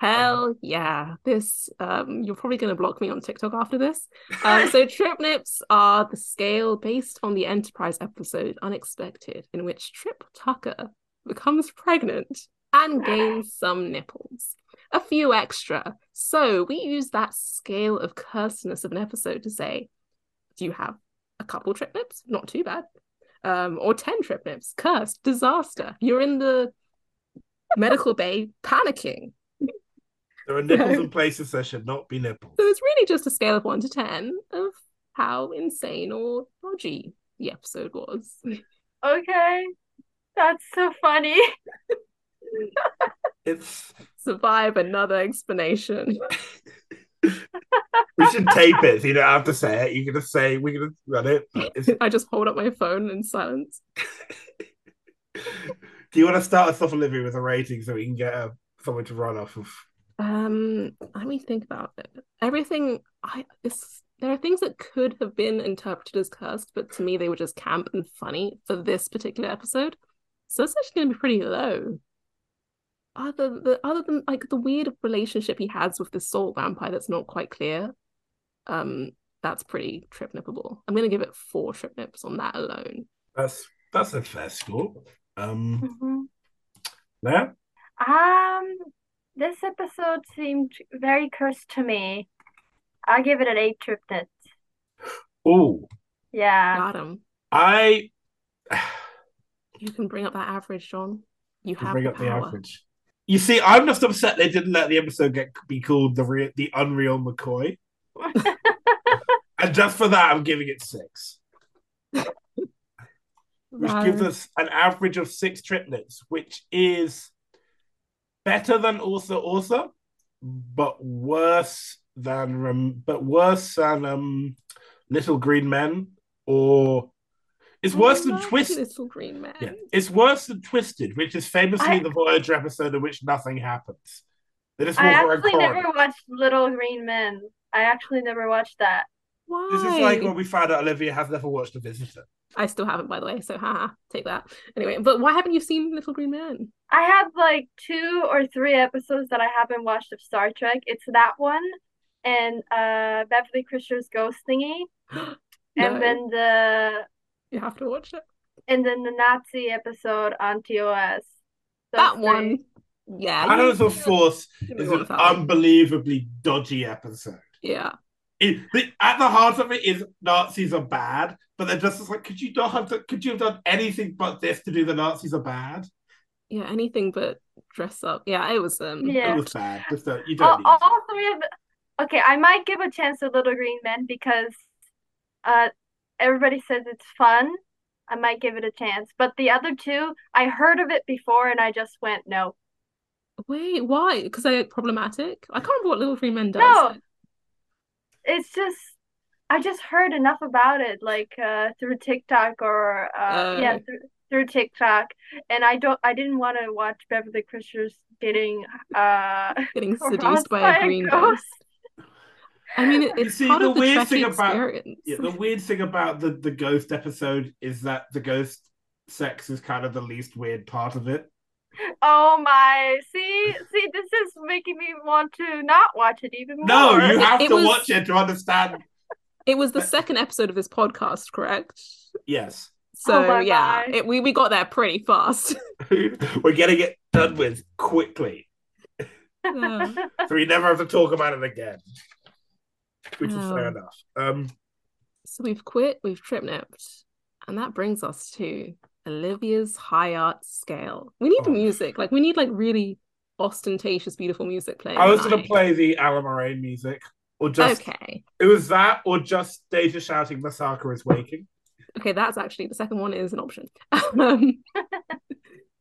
Speaker 2: Hell yeah! This um, you're probably going to block me on TikTok after this. Um, so tripnips are the scale based on the Enterprise episode "Unexpected," in which Trip Tucker becomes pregnant and gains some nipples, a few extra. So we use that scale of curseness of an episode to say, do you have a couple triplets? Not too bad. Um, or 10 triplets, cursed, disaster. You're in the medical bay panicking.
Speaker 1: There are nipples in places that should not be nipples.
Speaker 2: So it's really just a scale of one to 10 of how insane or dodgy the episode was. *laughs*
Speaker 3: Okay. That's so funny.
Speaker 1: It's
Speaker 2: Survive another explanation. *laughs*
Speaker 1: we should tape it so you don't have to say it. You can just say we're gonna run it. but it's-
Speaker 2: I just hold up my phone in silence.
Speaker 1: do you want to start us off, Olivia, with a rating so we can get uh, someone to run off of?
Speaker 2: Um, let me think about it. Everything I this there are things that could have been interpreted as cursed, but to me they were just camp and funny for this particular episode. So it's actually going to be pretty low. Other the other than like the weird relationship he has with the soul vampire that's not quite clear, um, that's pretty trip nippable. I'm going to give it four trip nips on that alone.
Speaker 1: That's that's a fair score. Um,
Speaker 3: Mhm.
Speaker 2: Mm-hmm.
Speaker 1: yeah.
Speaker 3: Um, this episode seemed very cursed to me. I give it an eight triptych.
Speaker 1: Oh,
Speaker 3: Yeah.
Speaker 2: Adam,
Speaker 1: I
Speaker 2: you can bring up that average, John. You have
Speaker 1: bring
Speaker 2: the
Speaker 1: up the
Speaker 2: power.
Speaker 1: average. You see, I'm just upset they didn't let the episode get be called the Re- the Unreal
Speaker 2: *laughs*
Speaker 1: McCoy, and just for that, I'm giving it six, which gives
Speaker 2: Valid.
Speaker 1: us an average of six triplets, which is better than author author, but worse than rem- but worse than um, Little Green Men, or it's
Speaker 2: I
Speaker 1: worse than
Speaker 2: love
Speaker 1: Twist.
Speaker 2: Little Green Man.
Speaker 1: Yeah. It's worse than Twisted, which is famously
Speaker 3: I-
Speaker 1: the Voyager episode in which nothing happens. They just walk
Speaker 3: I
Speaker 1: around
Speaker 3: actually
Speaker 1: corridors.
Speaker 3: never watched Little Green Men. I actually never watched that.
Speaker 2: Why?
Speaker 1: This is like when we found out Olivia has never watched The Visitor.
Speaker 2: I still haven't, by the way. So, haha, take that. Anyway, but why haven't you seen Little Green Man?
Speaker 3: I have like two or three episodes that I haven't watched of Star Trek. It's that one and uh Beverly Crusher's Ghost
Speaker 2: *gasps*
Speaker 3: Thingy and
Speaker 2: No,
Speaker 3: then the
Speaker 2: you have to watch it.
Speaker 3: and then the Nazi episode on TOS. Those
Speaker 2: that
Speaker 3: three.
Speaker 2: one, yeah. you-
Speaker 1: Shadows of Force
Speaker 2: you
Speaker 1: is
Speaker 2: want
Speaker 1: an
Speaker 2: that one.
Speaker 1: unbelievably dodgy episode.
Speaker 2: yeah.
Speaker 1: It, the, at the heart of it is Nazis are bad, but they're just like, could you not have done, could you have done anything but this to do the Nazis are bad?
Speaker 2: Yeah, anything but dress up. Yeah, it was um
Speaker 3: Yeah.
Speaker 1: It was bad. Just don't, you
Speaker 3: all,
Speaker 1: don't need.
Speaker 3: all three of the okay i might give a chance to little green men because uh everybody says it's fun i might give it a chance but the other two i heard of it before and i just went no
Speaker 2: wait, why? Because they're problematic. I can't remember what Little Green Men does.
Speaker 3: no it's just i just heard enough about it like uh through tiktok or uh yeah
Speaker 2: Oh.
Speaker 3: through, through tiktok and i don't i didn't want to watch beverly crusher's getting uh *laughs*
Speaker 2: Getting
Speaker 3: Or
Speaker 2: seduced by
Speaker 3: by
Speaker 2: a
Speaker 3: a
Speaker 2: green
Speaker 3: ghost.
Speaker 2: ghost. I mean, it,
Speaker 1: You
Speaker 2: it's
Speaker 1: see,
Speaker 2: part
Speaker 1: the
Speaker 2: of the
Speaker 1: weird
Speaker 2: Trekkie
Speaker 1: thing about-
Speaker 2: experience.
Speaker 1: Yeah, the weird thing about the, the ghost episode is that the ghost sex is kind of the least weird part of it.
Speaker 3: Oh my. See, see, this is making me want to not watch it even
Speaker 1: No,
Speaker 3: more.
Speaker 1: you have
Speaker 2: it
Speaker 1: to
Speaker 2: was-
Speaker 1: watch it to understand.
Speaker 2: It was the
Speaker 1: But-
Speaker 2: second episode of this podcast, correct?
Speaker 1: Yes.
Speaker 2: So
Speaker 3: Oh my
Speaker 2: yeah,
Speaker 3: God.
Speaker 2: it, we we got there pretty
Speaker 3: *laughs*
Speaker 2: fast.
Speaker 1: *laughs* We're getting it done with quickly.
Speaker 2: Yeah.
Speaker 1: So we never have to talk about it again. Which is fair
Speaker 2: Um.
Speaker 1: enough. Um
Speaker 2: So we've quit, we've trip nipped, and that brings us to Olivia's high art scale. We need
Speaker 1: Oh.
Speaker 2: music, like we need like really ostentatious, beautiful music playing.
Speaker 1: I was gonna
Speaker 2: tonight.
Speaker 1: play the Alan Moraine music. Or just
Speaker 2: Okay,
Speaker 1: it was that or just Deja shouting Masaka is waking.
Speaker 2: okay, that's actually the second one is an option. *laughs* um,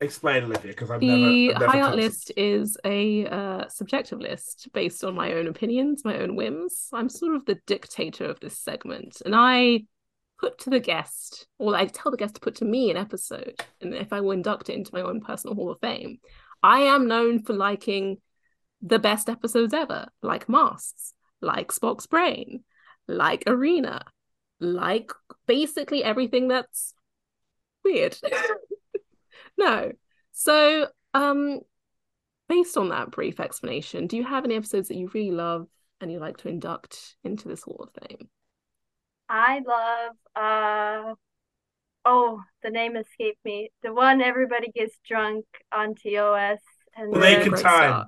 Speaker 1: Explain Olivia, because I've
Speaker 2: the
Speaker 1: never, I've never
Speaker 2: high art
Speaker 1: touched it.
Speaker 2: list is a uh, subjective list based on my own opinions, my own whims. I'm sort of the dictator of this segment, and I put to the guest, or I tell the guest to put to me an episode, and if I were inducted into my own personal hall of fame, I am known for liking the best episodes ever, like Masks, like Spock's Brain, like Arena, like basically everything that's weird. *laughs* no. So, um, based on that brief explanation, do you have any episodes that you really love and you like to induct into this Hall of Fame?
Speaker 3: I love uh oh, the name escaped me. The one everybody gets drunk on TOS and
Speaker 1: Well,
Speaker 3: the-
Speaker 1: Naked
Speaker 2: Great
Speaker 1: Time.
Speaker 2: start.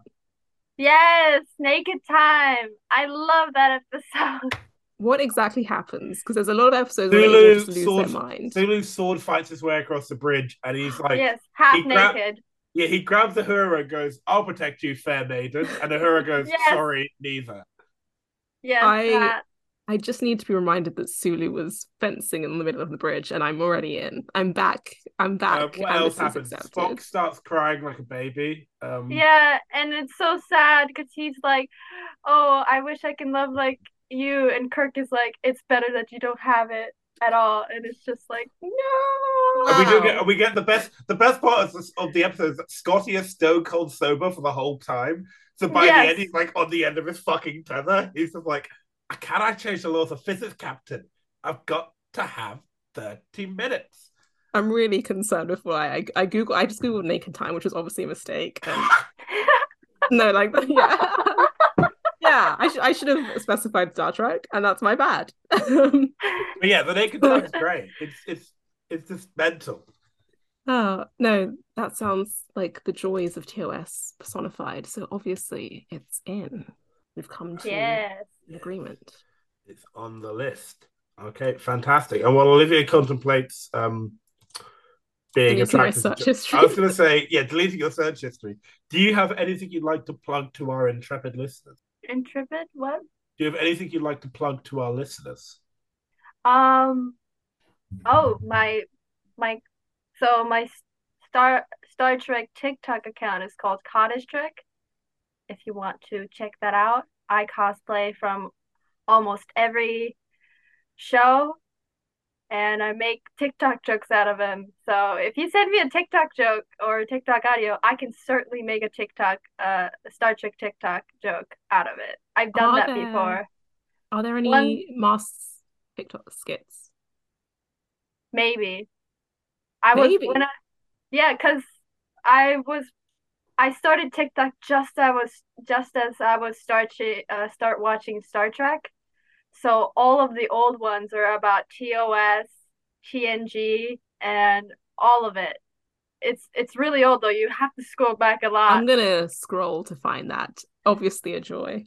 Speaker 3: Yes, Naked Time. I love that episode. *laughs*
Speaker 2: What exactly happens? Because there's a lot of episodes where
Speaker 1: Zulu
Speaker 2: they just lose
Speaker 1: swords-
Speaker 2: their mind.
Speaker 1: Zulu sword fights his way across the bridge and he's like
Speaker 3: Yes, half
Speaker 1: he grabbed-
Speaker 3: naked.
Speaker 1: Yeah, he grabs Ahura and goes, I'll protect you, fair maiden. And Ahura goes,
Speaker 3: Yes.
Speaker 1: Sorry, neither.
Speaker 3: Yes,
Speaker 2: I-
Speaker 3: that.
Speaker 2: I just need to be reminded that Sulu was fencing in the middle of the bridge, and I'm already in. I'm back. I'm
Speaker 1: Um,
Speaker 2: back.
Speaker 1: what
Speaker 2: and
Speaker 1: else
Speaker 2: this is
Speaker 1: happens?
Speaker 2: accepted.
Speaker 1: Spock starts crying like a baby. Um,
Speaker 3: Yeah, and it's so sad because he's like, "Oh, I wish I can love like you," and Kirk is like, "It's better that you don't have it at all," and it's just like, *laughs*
Speaker 1: And Uh, we do
Speaker 3: no.
Speaker 1: get and we get the best the best part of, this, of the episode is that Scotty is stone cold sober for the whole time. So by the
Speaker 3: Yes.
Speaker 1: end, he's like on the end of his fucking tether. He's just like, can I change the laws of physics, Captain? I've got to have 30 minutes.
Speaker 2: I'm really concerned with why I, I Google I just Googled naked time, which was obviously
Speaker 1: *laughs*
Speaker 2: a mistake. *laughs* and- no, like *laughs* yeah. yeah, I should I should have specified Star Trek, and that's my bad. *laughs* Um,
Speaker 1: But yeah, the naked time's great. It's it's it's just mental.
Speaker 2: oh no, that sounds like the joys of TOS personified. So obviously it's in. We've come to
Speaker 3: yes.
Speaker 2: an agreement.
Speaker 1: It's on the list. Okay, fantastic. And while Olivia contemplates um being
Speaker 2: Deleting my
Speaker 1: attracted to
Speaker 2: search history.
Speaker 1: I was going to say, yeah, deleting your search history. Do you have anything you'd like to plug to our intrepid listeners?
Speaker 3: Intrepid? What?
Speaker 1: Do you have anything you'd like to plug to our listeners?
Speaker 3: Um. Oh, my, my. So my Star Star Trek TikTok account is called Cottage Trick. If you want to check that out, I cosplay from almost every show, and I make TikTok jokes out of them. So if you send me a TikTok joke or a TikTok audio, I can certainly make a TikTok, uh, Star Trek TikTok joke out of it. I've done
Speaker 2: Are
Speaker 3: that
Speaker 2: there-
Speaker 3: before.
Speaker 2: Are there any
Speaker 3: One-
Speaker 2: masks TikTok skits?
Speaker 3: Maybe. I was
Speaker 2: Maybe.
Speaker 3: when I, yeah, because I was I started TikTok just I was just as I was start uh, start watching Star Trek. So all of the old ones are about TOS, TNG, and all of it. It's it's really old though. You have to scroll back a lot.
Speaker 2: I'm gonna scroll to find that. Obviously a joy.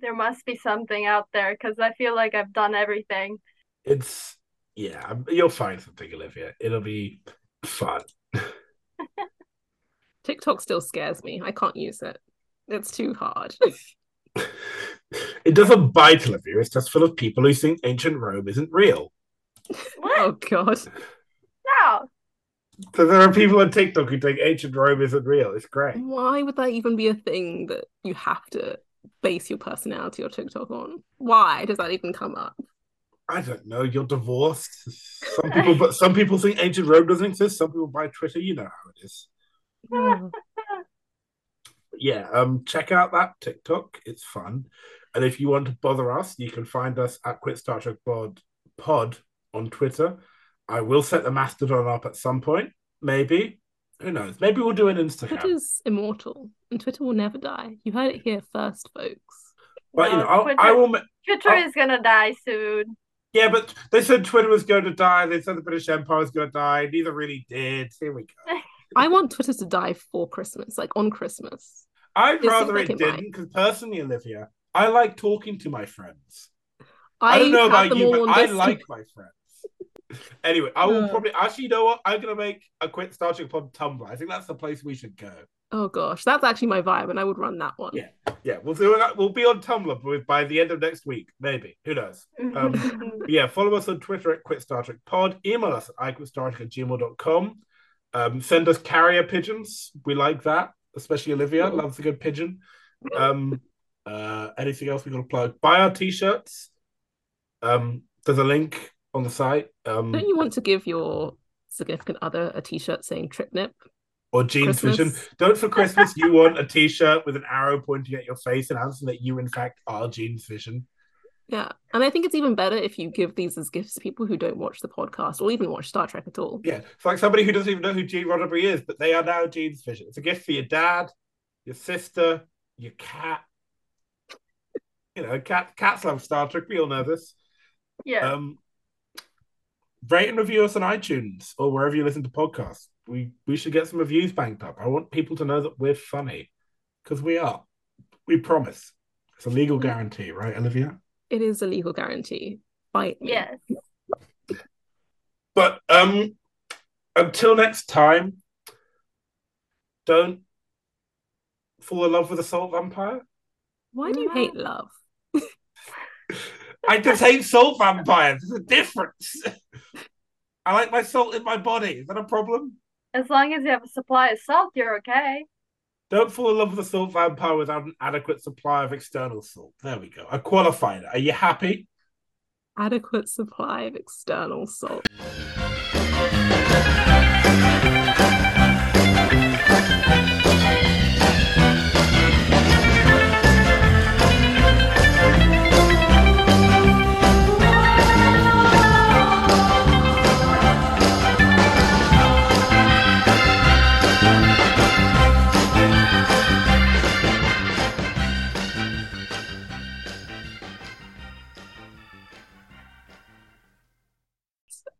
Speaker 3: There must be something out there because I feel like I've done everything.
Speaker 1: It's yeah, I'm- you'll find something, Olivia. It'll be fun.
Speaker 2: TikTok still scares me. I can't use it. It's too hard.
Speaker 1: It doesn't bite Olivia. It's just full of people who think ancient Rome isn't real.
Speaker 2: *laughs*
Speaker 3: What?
Speaker 2: oh god.
Speaker 3: No.
Speaker 1: So there are people on TikTok who think ancient Rome isn't real. It's great.
Speaker 2: Why would that even be a thing that you have to base your personality or TikTok on? Why does that even come up?
Speaker 1: I don't know. You're divorced. Some people, but some people think ancient Rome doesn't exist. Some people buy Twitter. You know how it is. yeah, um, check out that TikTok. It's fun. And if you want to bother us, you can find us at Quit Star Trek Pod, Pod on Twitter. I will set the Mastodon up at some point. Maybe. Who knows? Maybe we'll do an Instagram.
Speaker 2: Twitter's immortal and Twitter will never die. You heard it here first, folks.
Speaker 1: But you know,
Speaker 3: No,
Speaker 1: I'll, I
Speaker 3: Twitter-
Speaker 1: will. ma-
Speaker 3: Twitter
Speaker 1: I'll-
Speaker 3: is
Speaker 2: Oh.
Speaker 3: gonna die soon.
Speaker 1: Yeah, but they said Twitter was going to die. They said the British Empire was going to die. Neither really did. Here we go.
Speaker 2: I want Twitter to die for Christmas, like on Christmas.
Speaker 1: I'd
Speaker 2: seems
Speaker 1: rather
Speaker 2: like
Speaker 1: it
Speaker 2: it might.
Speaker 1: didn't because personally, Olivia, I like talking to my friends.
Speaker 2: I,
Speaker 1: I, don't know
Speaker 2: have
Speaker 1: about
Speaker 2: them
Speaker 1: you,
Speaker 2: all
Speaker 1: but
Speaker 2: on
Speaker 1: I
Speaker 2: this- *laughs*
Speaker 1: like my friends. anyway, I will
Speaker 2: Uh.
Speaker 1: probably actually. You know what? I'm gonna make a quick Star Trek Pod Tumblr. I think that's the place we should go.
Speaker 2: Oh gosh, that's actually my vibe, and I would run that one.
Speaker 1: Yeah. Yeah, we'll do it. We'll be on Tumblr by- by the end of next week, maybe. Who knows? Um, But yeah, follow us on Twitter at Quit Star Trek Pod. Email us at iQuitStarTrek at gmail.com. Um, send us carrier pigeons. We like that, especially Olivia.
Speaker 2: Cool.
Speaker 1: Loves a good pigeon. Um, uh, anything else we got to plug? Buy our t shirts. Um, there's a link on the site. Um,
Speaker 2: Don't you want to give your significant other a t-shirt saying trip nip?
Speaker 1: or jeans
Speaker 2: Christmas?
Speaker 1: vision. Don't for Christmas you want a t shirt with an arrow pointing at your face announcing that you, in fact, are jeans vision.
Speaker 2: Yeah. And I think it's even better if you give these as gifts to people who don't watch the podcast or even watch Star Trek at all.
Speaker 1: Yeah, it's like somebody who doesn't even know who Gene Roddenberry is, but they are now Gene's vision. It's a gift for your dad, your sister, your cat. You know, cat, cats love Star Trek. We all know this.
Speaker 3: *laughs* yeah.
Speaker 1: Um, rate and review us on iTunes or wherever you listen to podcasts. We we should get some reviews banked up. I want people to know that we're funny because we are. We promise. It's a legal guarantee, right, Olivia?
Speaker 2: It is a legal guarantee. Fight me.
Speaker 3: Yes.
Speaker 1: But um, until next time, don't fall in love with a salt vampire.
Speaker 2: Why do you hate love?
Speaker 1: I just hate salt vampires. There's a difference. *laughs* I like my salt in my body. Is that a problem?
Speaker 3: As long as you have a supply of salt, you're okay.
Speaker 1: Don't fall in love with a salt vampire without an adequate supply of external salt. There we go. I qualified. it. Are you happy?
Speaker 2: Adequate supply of external salt.